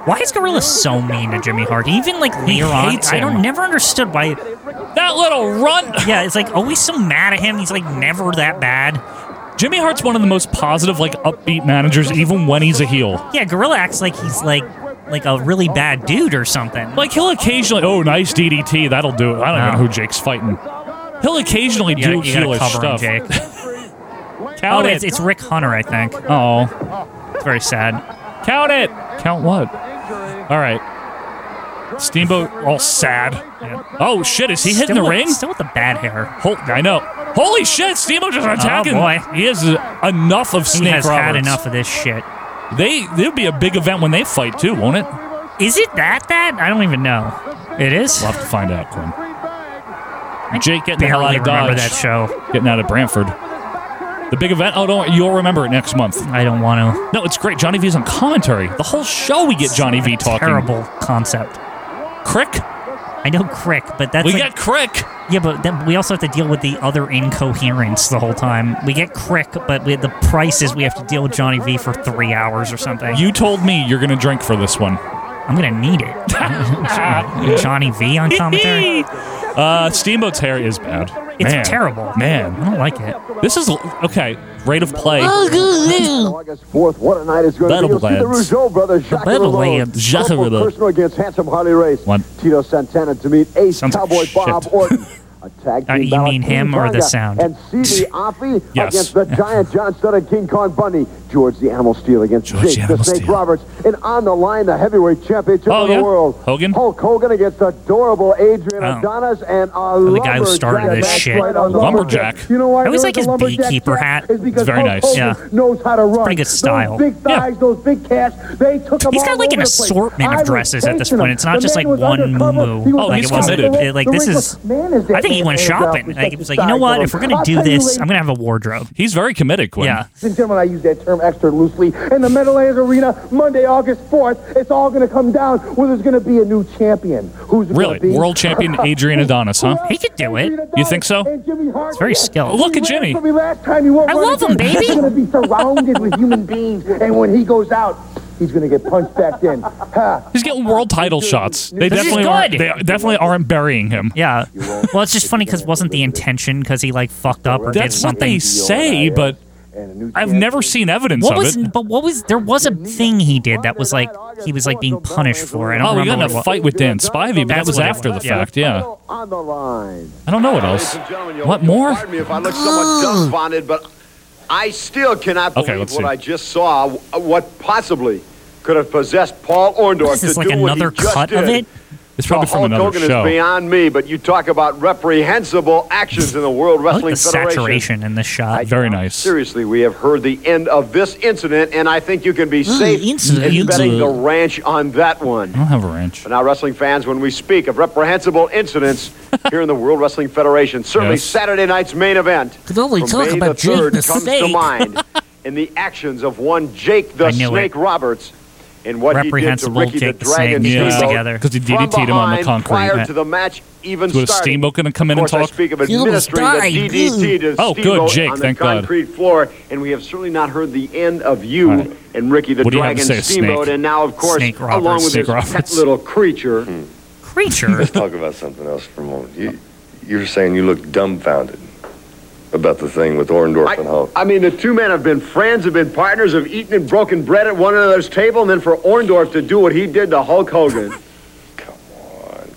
Why is Gorilla so mean to Jimmy Hart? Even like later on,
hates
I don't
him.
never understood why.
That little runt.
Yeah, it's like always so mad at him. He's like never that bad.
Jimmy Hart's one of the most positive, like upbeat managers, even when he's a heel.
Yeah, Gorilla acts like he's like like a really bad dude or something.
Like he'll occasionally, oh, nice DDT, that'll do it. I don't
No.
even know who Jake's fighting. He'll occasionally
You gotta-
do
you gotta
heelish
cover him,
stuff.
Oh,
Count
it's,
it.
Oh, it's Rick Hunter, I think.
Oh,
it's very sad.
Count it. Count what? All right. Steamboat, all sad. Oh shit! Is he hitting
Still
the
with-
ring?
still with the bad hair.
Hol- I know. Holy shit! Steamboat just
Oh,
attacking.
boy.
He has enough of Snake
he has
Roberts.
had enough of this shit.
They there'll be a big event when they fight too, won't it?
Is it that that? I don't even know. It is.
We'll have to find out, Quinn. Jake getting the hell out
barely
of
remember
Dodge.
that show.
Getting out of Brantford. The big event. Oh, don't. You'll remember it next month.
I don't want to.
No, it's great. Johnny V's on commentary. The whole show we get Johnny V talking.
Terrible concept.
Crick.
I know Crick, but that's
We
like-
got Crick.
Yeah, but then we also have to deal with the other incoherence the whole time. We get Crick, but we, the price is we have to deal with Johnny V for three hours or something.
You told me you're gonna drink for this one.
I'm gonna need it. Johnny V on commentary.
uh, Steamboat's hair is bad.
It's
Man.
terrible.
Man,
I don't like it.
This is okay. Rate of play.
August 4th, what a night it's going to be.
Battle
You'll see the
Lads.
Rougeau brothers, Jacques
Battle
Malone,
Lads, Jacques
Corporal
Malone.
Personal against Handsome Harley Race.
What?
Tito Santana to meet Ace Cowboy Bob Orton. A tag
Uh,
team
you
battle,
mean
King
him or the
Tonga
sound?
And CeeDee Offee
Yes.
against the giant John Studd King Kong Bundy. George the Animal Steel against
George the
Jake the,
Animal
Snake Roberts. And on the line, the heavyweight championship
Oh,
of the
yeah?
world.
Hogan?
Hulk Hogan against adorable Adrian
Oh.
Adonis and a
The guy who started this
lumberjack
shit.
right on the
Lumberjack.
hook. You know why
I always
there
like
was
his
a lumberjack
beekeeper
jack?
hat.
Is because
It's very
Hulk
nice.
Hogan
Yeah.
knows how to run.
pretty good style.
Those big thighs, those big calves, they took them
He's
all
got like
over
an
the place.
assortment
I
of
was
dresses at this
chasing
point.
him.
It's not
The
just
man
like
was
one moo
undercover. He
moo.
was
Like it
he's
wasn't
committed.
it- like
The
this
ring
is.
was- man, is that
I think he went
man
shopping.
with
Like
that
it was like you know what? If we're gonna
I'll
do
tell you
this,
later.
I'm gonna have a wardrobe.
He's very committed, Quinn.
Yeah.
Ladies and gentlemen, I use that term extra loosely. In the Meadowlands Arena, Monday, August 4th, it's all going to come down where there's going to be a new champion. Who's it
Really?
gonna be?
World champion Adrian Adonis, huh?
He could do it.
You think so?
It's very skilled.
Look at
He ran
Jimmy.
for me last time. He won't
I
run
love him,
again.
baby.
He's going to be surrounded with human beings, and when he goes out, he's going to get punched back in. Ha.
He's getting world title shots. They
This is
definitely
good.
aren't, they definitely aren't burying him.
Yeah. Well, it's just funny because wasn't the intention because he like fucked up or did
That's what
something.
they say, but I've never seen evidence
What
of
was?
it.
But what was? There was a thing he did that was like he was like being punished for. it. I don't
Oh, we got in
remember
a
what-
fight with Dan Spivey, but that
That's
was
what it
after the
was, yeah.
fact. Yeah,
On the line.
I don't know what else. What more?
Pardon me if I look somewhat dumbfounded, but I still cannot
Okay,
believe
let's
what
see.
I just saw. w- What possibly could have possessed Paul Orndorff
What is this,
to
like
do what he
another
just
cut
did.
of it?
It's probably
Now,
from
Hulk
another
Hogan
show.
is beyond me, but you talk about reprehensible actions in the World
I like
Wrestling
the
Federation.
saturation in this shot.
Very nice.
Seriously, we have heard the end of this incident, and I think you can be safe
incident.
in betting the ranch on that one.
I don't have a ranch.
But now, wrestling fans, when we speak of reprehensible incidents here in the World Wrestling Federation, certainly
Yes.
Saturday night's main event
Could only
from
talk
May
about
the 3rd
Jake the
comes to
Snake.
mind in the actions of one Jake the
I knew
Snake
it.
Roberts and what he did to
Reprehensible
Ricky
Jake
the
the
Dragon
Snake. Yeah.
Steamboat
Together.
'Cause he
from
DDT'd him on the
behind
concrete.
prior
Yeah.
to the match even
So is
starting.
Steamboat gonna come in
Of
and
course, I
talk?
speak of
Steamboat's
administering
dying.
the DDT to
Oh, good,
Steamboat
Jake,
on the
thank God.
concrete floor, and we have certainly not heard the end of you and Ricky the
What do you have
Dragon
to say,
Steamboat,
Snake?
and now, of course,
Snake Roberts.
along with
Snake
this pet
Roberts.
little creature.
Creature.
Let's talk about something else for a moment. You, you're saying you look dumbfounded about the thing with Orndorff and Hulk.
I mean, the two men have been friends, have been partners, have eaten and broken bread at one another's table, and then for Orndorff to do what he did to Hulk Hogan.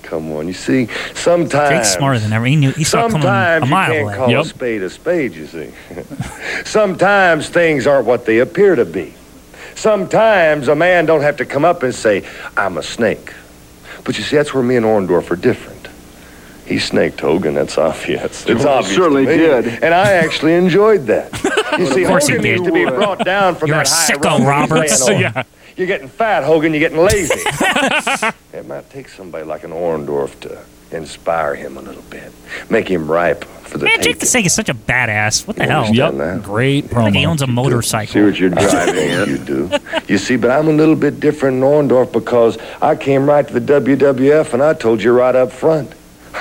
Come on, you see, sometimes
Jake's smarter than ever. He knew he saw it coming
sometimes
a
you
mile
can't
away.
call a spade a spade. You see, sometimes things aren't what they appear to be. Sometimes a man don't have to come up and say, "I'm a snake," but you see, that's where me and Orndorff are different. He snaked Hogan. That's obvious. It's
Well, he
obvious. to
certainly
me.
did.
and I actually enjoyed that. You see,
Of course he
Hogan
did.
needs to be brought down from
You're a
that high
sicko,
rock he's
Roberts.
laying on.
Yeah.
You're getting fat, Hogan. You're getting lazy. it might take somebody like an Orndorff to inspire him a little bit, make him ripe for the
Man, Jake
taking.
the Snake is such a badass. What the
You
hell?
understand that?
Great
Like he owns a motorcycle.
See what you're driving at? You do. You see, but I'm a little bit different than Orndorff because I came right to the WWF and I told you right up front.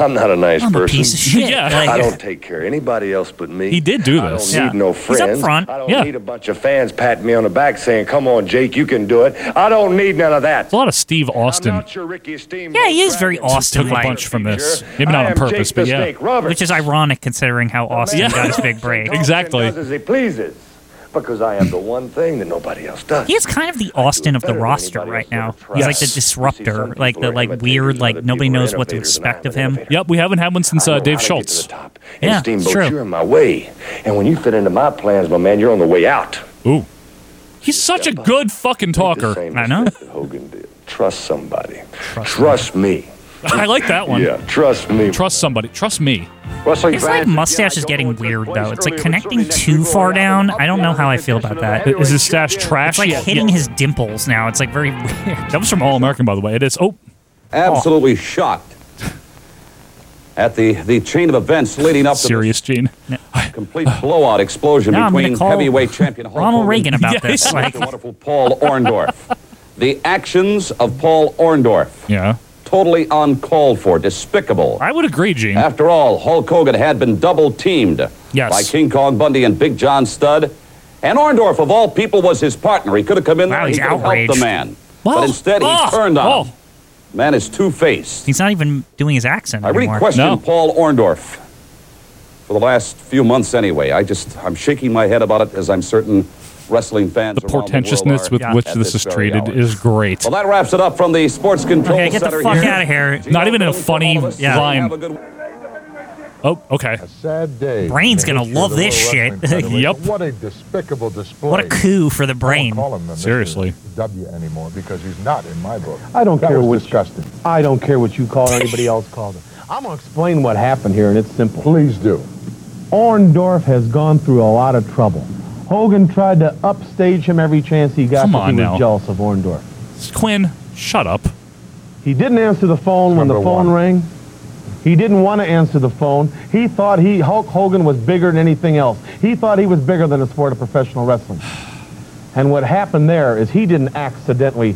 I'm not a nice
I'm a
person.
piece of shit. Yeah.
I
Like-
don't take care of anybody else but me.
He did do
I don't
this.
need
Yeah.
no
He's up
friends.
front.
I don't
Yeah.
need a bunch of fans patting me on the back saying, "Come on, Jake, you can do it." I don't need none of that.
It's a lot of Steve Austin.
Yeah, he is very Austin.
took a bunch from this. Maybe
I
not on
am
purpose,
Jake
but
the
yeah.
Snake Roberts.
Which is ironic considering how Austin
man
got his
who
big
talks
break.
and does as he pleases, because I am the one thing that nobody else does.
He is kind of the Austin of the roster right now. He's like the
Yes.
disruptor, like the like weird, like nobody knows what to expect of him.
Yep, we haven't had one since uh, Dave Schultz.
And
Yeah,
Steamboat,
it's true.
you're in my way, and when you fit into my plans, my man, you're on the way out.
Ooh, he's such a good fucking talker. I know.
Hogan did. Trust somebody. Trust me.
I like that one.
Yeah, trust me.
Trust somebody. Trust me.
Wrestling
His like mustache is getting weird though. It's like connecting too far down. I don't know how I feel about that.
Is his stash trash?
It's like
Yeah.
hitting his dimples now. It's like very weird.
That was from All American, by the way. It is. Oh,
Absolutely shocked at the, the chain of events leading up to
serious Gene.
the complete blowout explosion
Now I'm gonna
between
call
heavyweight champion Hulk
Ronald
Hogan
Reagan about
and
this,
Mr.
like-
wonderful Paul Orndorff. the actions of Paul Orndorff,
Yeah.
totally uncalled for, despicable.
I would agree, Gene.
After all, Hulk Hogan had been double teamed
Yes.
by King Kong Bundy and Big John Studd. And Orndorff, of all people, was his partner. He could have come in there and
he's
he could have helped
outraged.
the man.
Well,
but instead,
oh,
he turned on
oh.
him. Man is two faced.
He's not even doing his accent
I really
anymore.
question Paul Orndorff for the last few months anyway. I just, I'm shaking my head about it as I'm certain wrestling fans.
The
around world
portentousness
are
with
at
which this is
this very
treated
hour.
is great.
Well, that wraps it up from the Sports Control
Okay, get the
Center
fuck
here.
out of here.
Not even in a funny
Yeah.
Have a
line.
good
Oh, okay.
Sad day.
Brain's gonna
History of
love
the World
this shit.
Wrestling Federation.
Yep.
What a despicable display.
What a coup for the brain.
Call him the Mr.
Seriously.
W anymore because he's not in my book.
I don't
that
care
was
which-
disgusting.
I don't care what you call it, anybody else called it. I'm going to explain what happened here, and it's simple.
Please do.
Orndorff has gone through a lot of trouble. Hogan tried to upstage him every chance he got
Come
because
on
he
now.
was jealous of Orndorff.
Quinn, shut up.
He didn't answer the phone when the
Number
phone
one.
rang. He didn't want to answer the phone. He thought he Hulk Hogan was bigger than anything else. He thought he was bigger than the sport of professional wrestling. And what happened there is he didn't accidentally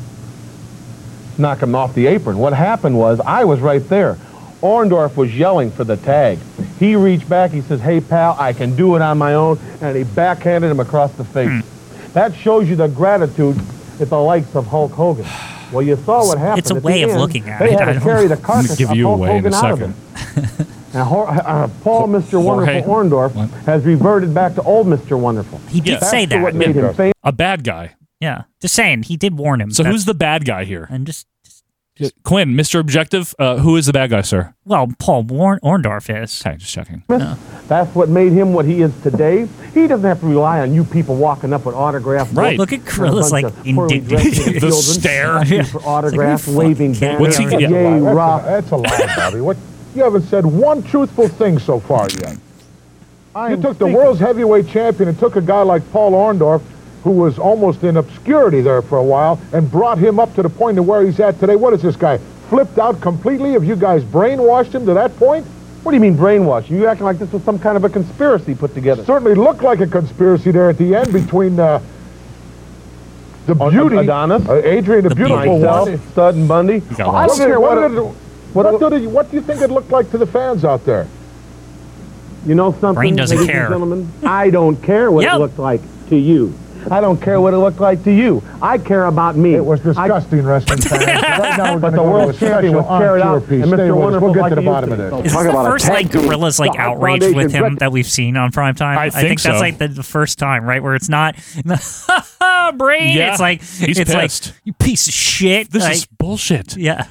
knock him off the apron. What happened was I was right there. Orndorff was yelling for the tag. He reached back. He says, "Hey pal, I can do it on my own," and he backhanded him across the face.
Hmm.
That shows you the gratitude at the likes of Hulk Hogan. Well, you saw what happened.
It's a
at the
way of
end.
looking at
they
it.
had
I
to
don't-
carry the
I'm
I'm
carcass
gonna give
of
you
Hulk
away in
Hogan
a
out of
second.
him. And Hor- uh, Paul, Mr.
Jorge.
Wonderful Orndorff,
What?
has reverted back to old Mr. Wonderful.
He did
That's
say
the-
that.
What made him famous.
A bad guy.
Yeah. Just saying, he did warn him.
So
That's-
who's the bad guy here?
and just
Quinn, Mr. Objective, uh, who is the bad guy, sir?
well, Paul Warn- Orndorff is.
Okay, just checking.
That's what made him what he is today. He doesn't have to rely on you people walking up with autographs.
Right.
Look at Carilla's like
The
indignant.
stare.
For autographs,
It's like, are you
waving
fucking kidding
banners.
me? What's he-
yeah.
Yay,
That's,
rock.
a, that's a lie, Bobby. What? You haven't said one truthful thing so far yet.
I
You
am
took the
speaking.
world's heavyweight champion and took a guy like Paul Orndorff, who was almost in obscurity there for a while, and brought him up to the point of where he's at today. What is this guy? Flipped out completely? Have you guys brainwashed him to that point?
What do you mean brainwash? You acting like this was some kind of a conspiracy put together.
Certainly looked like a conspiracy there at the end between uh, the
Ad-
beauty,
Adonis?
uh, Adrian, the,
The
beautiful
myself.
one.
Stud and Bundy.
got
I don't
lost.
What, did,
care
what,
what.
did, what, did you, what do you think it looked like to the fans out there?
You know something,
Brain doesn't
ladies
care.
and gentlemen? I don't care what
Yep.
it looked like to you. I don't care what it looked like to you. I care about me.
It was
I-
disgusting wrestling fans. Right now, we're
But
gonna
the
go
world
to a
champion
special
was carried
on-tour
out,
piece.
and
Stay
Mr.
with us. We'll
Wonderful
get to
like
the
he
bottom of
used to
this.
Is this the first like Gorilla's like outrage with him that we've seen on primetime?
I think
think that's
so.
like the, the first time, right? Where it's not brain.
Yeah,
It's like
he's
it's
pissed.
like you piece of shit.
This
like,
is bullshit.
yeah.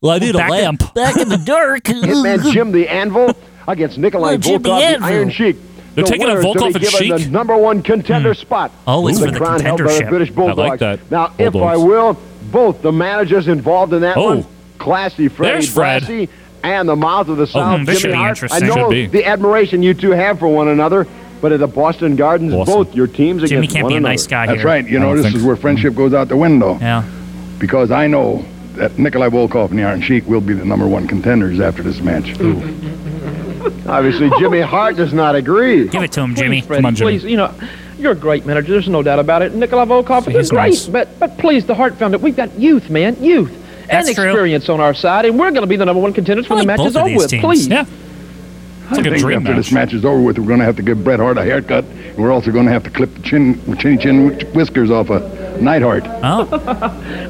Well, I need
Back
a
in-
lamp.
back in the dark.
Hitman Jim the Anvil against Nikolai
Oh, Jim the
Volkov, the
Anvil.
Iron Sheik.
They're
The
taking out
winner is to
Volkov
be
and
given
Sheik?
The number one contender spot.
Oh, it's
Ooh.
for the
crown held by
contendership.
British
I
like
Bulldogs.
that.
Now, if I
Bulldogs.
will, both the managers involved in that
Oh.
one, classy Freddie
There's Fred.
Blassie and the mouth of the South.
this should
Jimmy
be
Hart.
interesting.
I know
Should be.
the admiration you two have for one another.
But at the Boston Gardens,
Boston.
both your teams
Jimmy
against
can't
one
be a
another.
nice guy That's here. right. You I know, don't this think is so. where
friendship goes out the window.
Yeah.
Because I know that Nikolai Volkov and the Iron Sheik will be the number one contenders after this match.
Obviously, Jimmy Hart does not agree.
Give it to him, Jimmy.
Fred, Please, you know, you're a great manager. There's no doubt about it. Nikola Volkov
He's
is great,
nice.
but but please, the Hart Foundation. We've got youth, man, youth
That's
and
true.
experience on our side, and we're going to be the number one contenders when the match
both
is
of
over
these
with.
teams.
Please,
Yeah.
It's like
I
a
think
dream
after
match.
this match is over with, we're going to have to give Bret Hart a haircut. And we're also going to have to clip the chin, chinny chin whiskers off of Neidhart.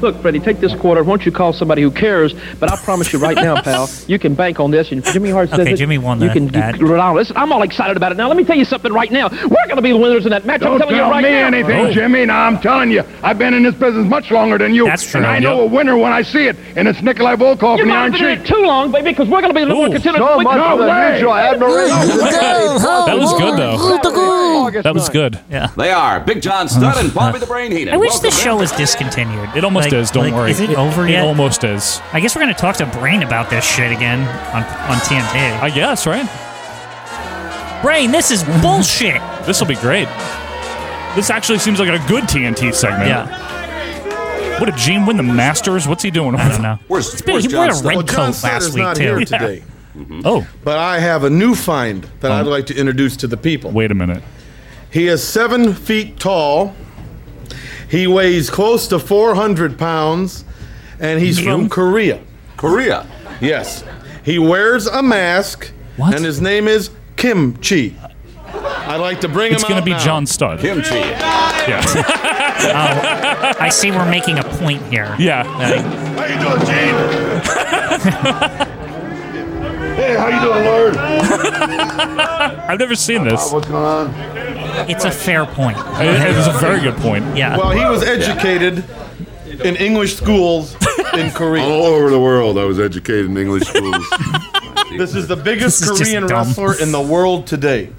Look, Freddie, take this quarter. Won't you call somebody who cares? But I promise you right now, pal, you can bank on this. And if Jimmy Hart says
Okay,
it,
Jimmy won
you
that
can
bet.
You, Ronaldo, listen, I'm all excited about it now. Let me tell you something right now. We're going to be the winners in that match. I'm
Don't
telling
tell
you right
me
now.
Oh,
anything, Jimmy. Now I'm telling you, I've been in this business much longer than you. That's And
true.
I know
Yep.
a winner when I see it, and it's Nikolai Volkov and
You
the
might have
Iron
been in it
Sheik.
too long, baby, because we're
Oh,
going to be the number one contender.
so
We-
much
No
for the
way.
mutual
admiration.
That was good, though. That was good.
Yeah.
They are Big John Studd and Bobby the Brain Heenan.
I wish
Welcome
this show was discontinued.
It almost
Like-
is. Don't
like,
worry.
Is it over
It
yet?
almost is.
I guess we're gonna talk to Brain about this shit again on on TNT. I
guess, right?
Brain, this is bullshit.
This will be great. This actually seems like a good TNT segment.
Yeah.
What did Gene win the Masters? What's he doing? I don't know.
Where's-
been- he where's wore John a Studd? red
well, John
coat
Studd
last
is
week,
not
too.
Here
Yeah.
today.
Oh,
but I have a new find that
Um,
I'd like to introduce to the people.
Wait a minute.
He is seven feet tall. He weighs close to 400 pounds, and he's from Korea. Korea. Yes. He wears a mask, and his name is Kim Chi. I'd like to bring
It's
him
gonna
out
be
now.
John Studd. Kim
Chi.
Yeah.
oh, I see we're making a point here.
Yeah.
How
you doing,
Hey, how you doing, Lord?
I've never seen this.
What's
going on?
It's a fair point.
It, it was a very good point.
Yeah.
Well, he was educated in English schools in Korea.
All over the world, I was educated in English schools.
This is the biggest
This is just
Korean
dumb.
wrestler in the world today.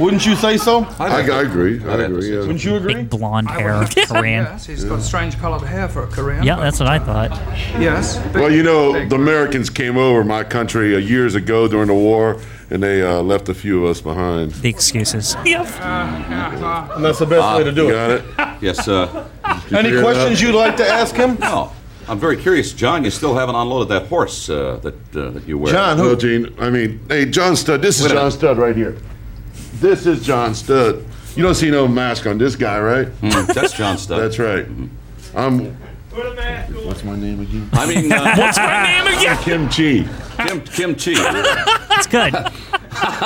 Wouldn't you say so?
I, I agree. I agree. yeah.
Wouldn't you agree? Big
blonde hair,
Yes, he's got strange coloured hair for a Korean.
Yeah,
but-
that's what I thought.
Yes.
Well, you know, the Americans came over my country uh, years ago during the war, and they uh, left a few of us behind. The
excuses.
And that's the best way to do it.
Got it.
Yes, uh,
Any questions you'd like to ask him?
No. I'm very curious, John. You still haven't unloaded that horse uh, that uh, that you wear.
No, Gene. I mean, hey, John Stud. This is
Wait a
John
minute.
Stud right here. This is John Stud. You don't see no mask on this guy, right?
that's John Stud.
That's right.
Mm-hmm.
I'm. What's my name again?
I mean, uh, What's my name again?
Kim Chi.
Kim Kim Chi.
It's good.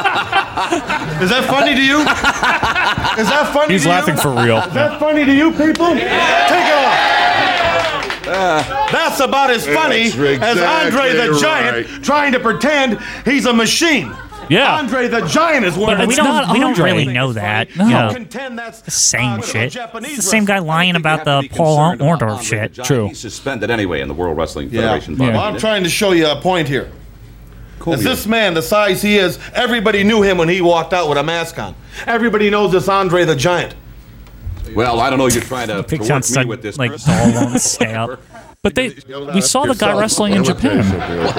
Is that funny to you? Is that funny?
He's
to you?
laughing for real.
Is that funny to you people? Take it off. That's about as funny
That's
as Andre the
exactly
Giant trying to pretend he's a machine.
Yeah.
Andre the Giant is one.
But
of
we
the-
don't, we don't really know that.
No.
Yeah.
Contend that's
the same shit. It's the same guy lying about the Paul Orndorff shit.
True. He's suspended anyway in the World Wrestling Federation. Bobby.
Well, I'm trying to show you a point here.
Oh,
As this
uh,
man, the size he is, everybody knew him when he walked out with a mask on. Everybody knows this Andre the Giant.
Well, I don't know. You're trying to, to
Big
work
John's
me
like,
with this.
like
Chris.
doll on sale. But they, we saw the guy wrestling in Japan.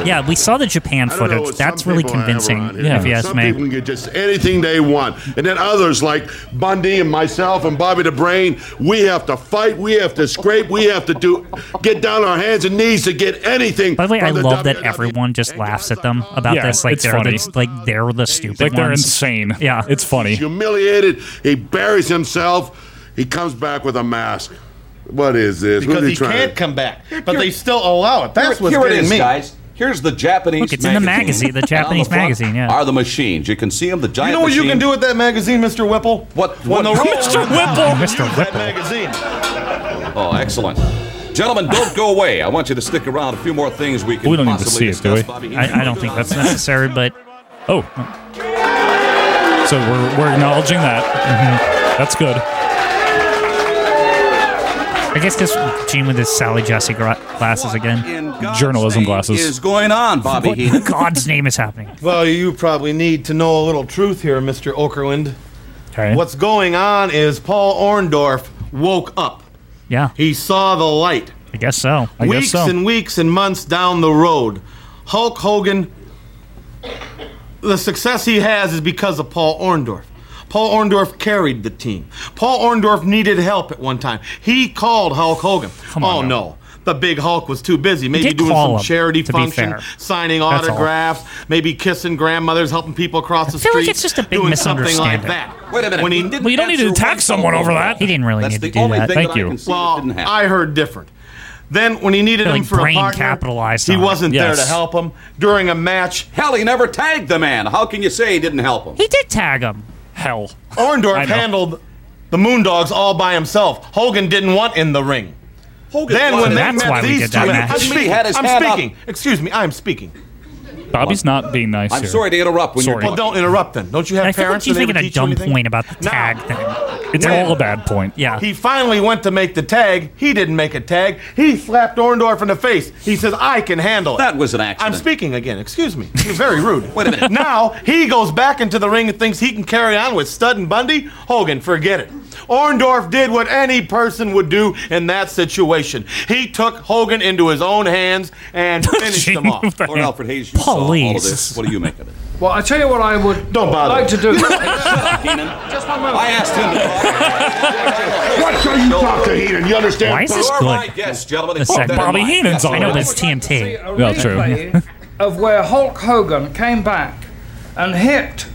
Yeah, we saw the
I don't
Japan
know
footage.
what
That's
some
really
people have
convincing,
around here.
if you ask
some
me.
people can get just anything they want, and then others like Bundy and myself and Bobby the Brain, we have to fight, we have to scrape, we have to do, get down our hands and knees to get anything.
By the way, I
from the E
love that everyone just laughs at them about
uh, Yeah,
this. Like
it's
they're the,
funny.
like they're the stupid
Like they're
ones.
insane.
Yeah,
it's funny.
humiliated. He buries himself. He comes back with a mask. What is this? what
Because
are
he
trying?
can't come back. But they still allow it. That's
here,
what's
here it
getting
is,
me.
guys. Here's the Japanese.
Look, it's in the magazine, the
And on
Japanese
front
magazine, yeah.
Are the machines? You can see them. The giant.
You know what you
machine.
can do with that magazine, Mr. Whipple? What? When
what-
the roll-
Mr. Whipple!
Use
Mr.
That magazine.
Oh, excellent. Gentlemen, don't go away. I want you to stick around. A few more things we can
We don't need to
possibly
see it, do
discuss.
we?
Bobby
I, I don't think that's necessary, but
oh, So we're, we're acknowledging that.
Mm-hmm.
That's good.
I guess this Gene with his Sally Jesse gra- glasses again.
Journalism glasses.
is going on, Bobby?
What
Heenan?
in God's name is happening?
Well, you probably need to know a little truth here, Mr. Okerlund.
Okay.
What's going on is Paul Orndorff woke up.
Yeah.
He saw the light.
I guess so. I
weeks
guess so.
and weeks and months down the road, Hulk Hogan, the success he has is because of Paul Orndorff. Paul Orndorff carried the team. Paul Orndorff needed help at one time. He called Hulk Hogan. oh, no. The big Hulk was too busy, maybe
did
doing
call
some
him,
charity
to be
function,
fair.
signing
That's all.
autographs, maybe kissing grandmothers, helping people across the
feel
street.
like it's just a big
doing something like
misunderstanding.
that.
Wait a minute,
When
he
he,
didn't Well, you don't need to answer attack one someone phone over call. that. He didn't really That's need to the do only that. thing Thank that I you. can see that
Well,
didn't happen.
I heard different. Then when he needed
Like
him for a
brain
partner,
capitalized
he
on it.
wasn't there to
Yes.
help him during a match.
Hell, he never tagged the man. How can you say he didn't help him?
He did tag him.
Hell.
I
Orndorff
know.
handled the Moondogs all by himself. Hogan didn't want in the ring.
Hogan
then
wanted
when
it.
they
That's
met
why we
these
did that
two,
match.
I'm
He
speaking.
had his
I'm
hand up.
speaking. Excuse me, I'm speaking.
Bobby's not being nice.
I'm
here.
sorry to interrupt when you're Sorry.
Well,
talking.
don't
interrupt then. Don't you have
I feel like
parents
he's
that ever
making a
teach you
dumb
anything?
point
about the
tag
thing.
It's all a bad point. Yeah.
He finally went to make the tag. He didn't make a tag. He slapped Orndorff in the face. He says, I can handle it.
That was an accident.
I'm speaking again. Excuse me. You're very rude. Wait a minute. Now he goes back into the ring and thinks he can carry on with Stud and Bundy. Hogan, forget it. Orndorff did what any person would do in that situation. He took Hogan into his own hands and finished him off.
Lord Alfred Hayes, you saw all of this. What do you make of it?
Well, I tell you what I would Don't bother. like to do.
Just one moment. I asked him.
What shall you talk to Heenan? You understand?
Why is this
You are
good?
my guest, gentlemen.
The
Keep
second-
that in
Bobby
mind.
Heenan's on
I
it.
know
I know
this
it's TNT.
No, true. of where Hulk Hogan came back and hit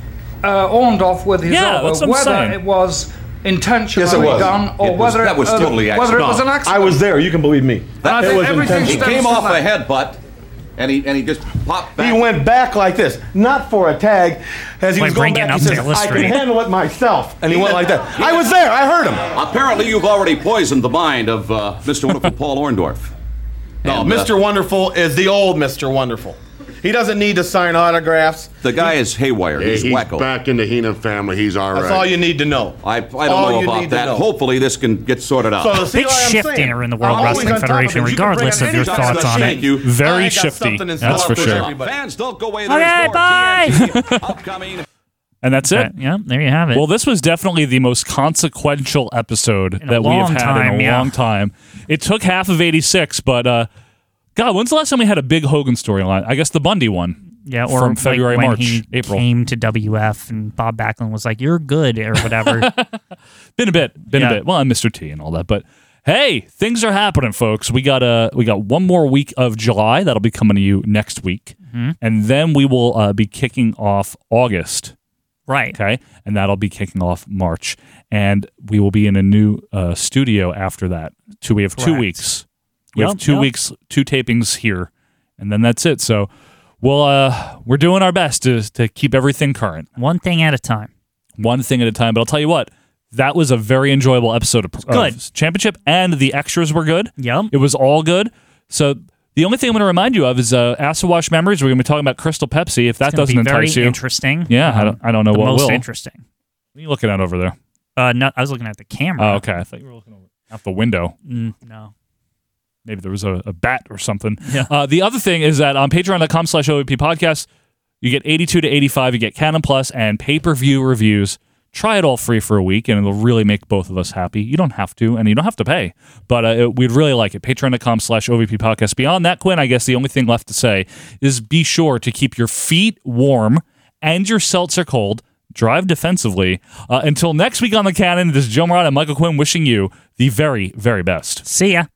uh, Orndorff with his
Yeah,
elbow,
that's what I'm
whether
saying.
it was intentionally
Yes, it was.
done or
It was-
whether
that was
it, uh,
totally
whether it was an accident.
was there. You can believe me.
I
That
think
was
everything
intentional. He
stems
came
from
off a
that.
headbutt, and he and he just popped back.
He went back like this, not for a tag. As he
Like
was going
bringing
back,
up
he
to
says, "I can
illustrate.
handle it myself," and he went like that. I was there. I heard him.
Apparently, you've already poisoned the mind of uh, Mr. Wonderful Paul Orndorff.
No,
And, uh,
Mr. Oh, Wonderful is the old Mr. Wonderful. He doesn't need to sign autographs.
The guy is haywire.
Yeah,
he's,
he's
wacko.
back in the Heenan family. He's all right.
That's all you need to know.
I, I don't
All
know
you
about
need to
that.
know.
Hopefully, this can get sorted out.
So, see
Big
what I'm
shift
saying?
in in the World
I'm always on
Wrestling
top of it.
Federation,
You can bring
regardless
up
of your
any time
thoughts on
machine.
it. Very
I got
shifty,
something in
that's
store
for sure.
everybody.
Fans, don't go away. There's
Okay,
more
bye.
upcoming.
And that's it.
yeah, there you have it.
Well, this was definitely the most consequential episode
a
that we have had
long
in
time,
a
yeah.
long time. It took half of 86, but uh, God, when's the last time we had a big Hogan storyline? I guess the Bundy one.
Yeah, or
from
like
February,
when
March,
he
April.
came to WF and Bob Backlund was like, "You're good" or whatever.
Been a bit, been
Yeah.
a bit. Well, I'm Mr. T and all that, but hey, things are happening, folks. We got uh, we got one more week of July that'll be coming to you next week,
Mhm.
and then we will uh, be kicking off August.
Right.
Okay. And that'll be kicking off March, and we will be in a new uh, studio after that. Two. We have two
Correct.
weeks. We have
Yep,
two
yep.
weeks, two tapings here, and then that's it. So, we'll uh, we're doing our best to to keep everything current,
one thing at a time.
one thing at a time. But I'll tell you what, that was a very enjoyable episode of,
good.
of Championship, and the extras were good.
Yep.
it was all good. So. The only thing I'm going to remind you of is uh, Acid Wash Memories. We're going to be talking about Crystal Pepsi. If that
It's gonna
doesn't
be very
entice you,
interesting.
Yeah, I
Um,
don't, I don't know
the
what
most
will.
interesting.
What are you looking at over there?
Uh, no, I was looking at the camera.
Oh, okay. I thought you were looking over out the window.
Mm, no.
Maybe there was a, a bat or something. Uh, the other thing is that on patreon.com slash OAP podcast, you get 82 to 85, you get Canon Plus and pay per view reviews. Try it all free for a week, and it'll really make both of us happy. You don't have to, and you don't have to pay, but uh, it, we'd really like it. Patreon.com slash OVP podcast. Beyond that, Quinn, I guess the only thing left to say is be sure to keep your feet warm and your seltzer cold. Drive defensively. Uh, until next week on the Cannon, this is Joe Marat and Michael Quinn wishing you the very, very best.
See ya.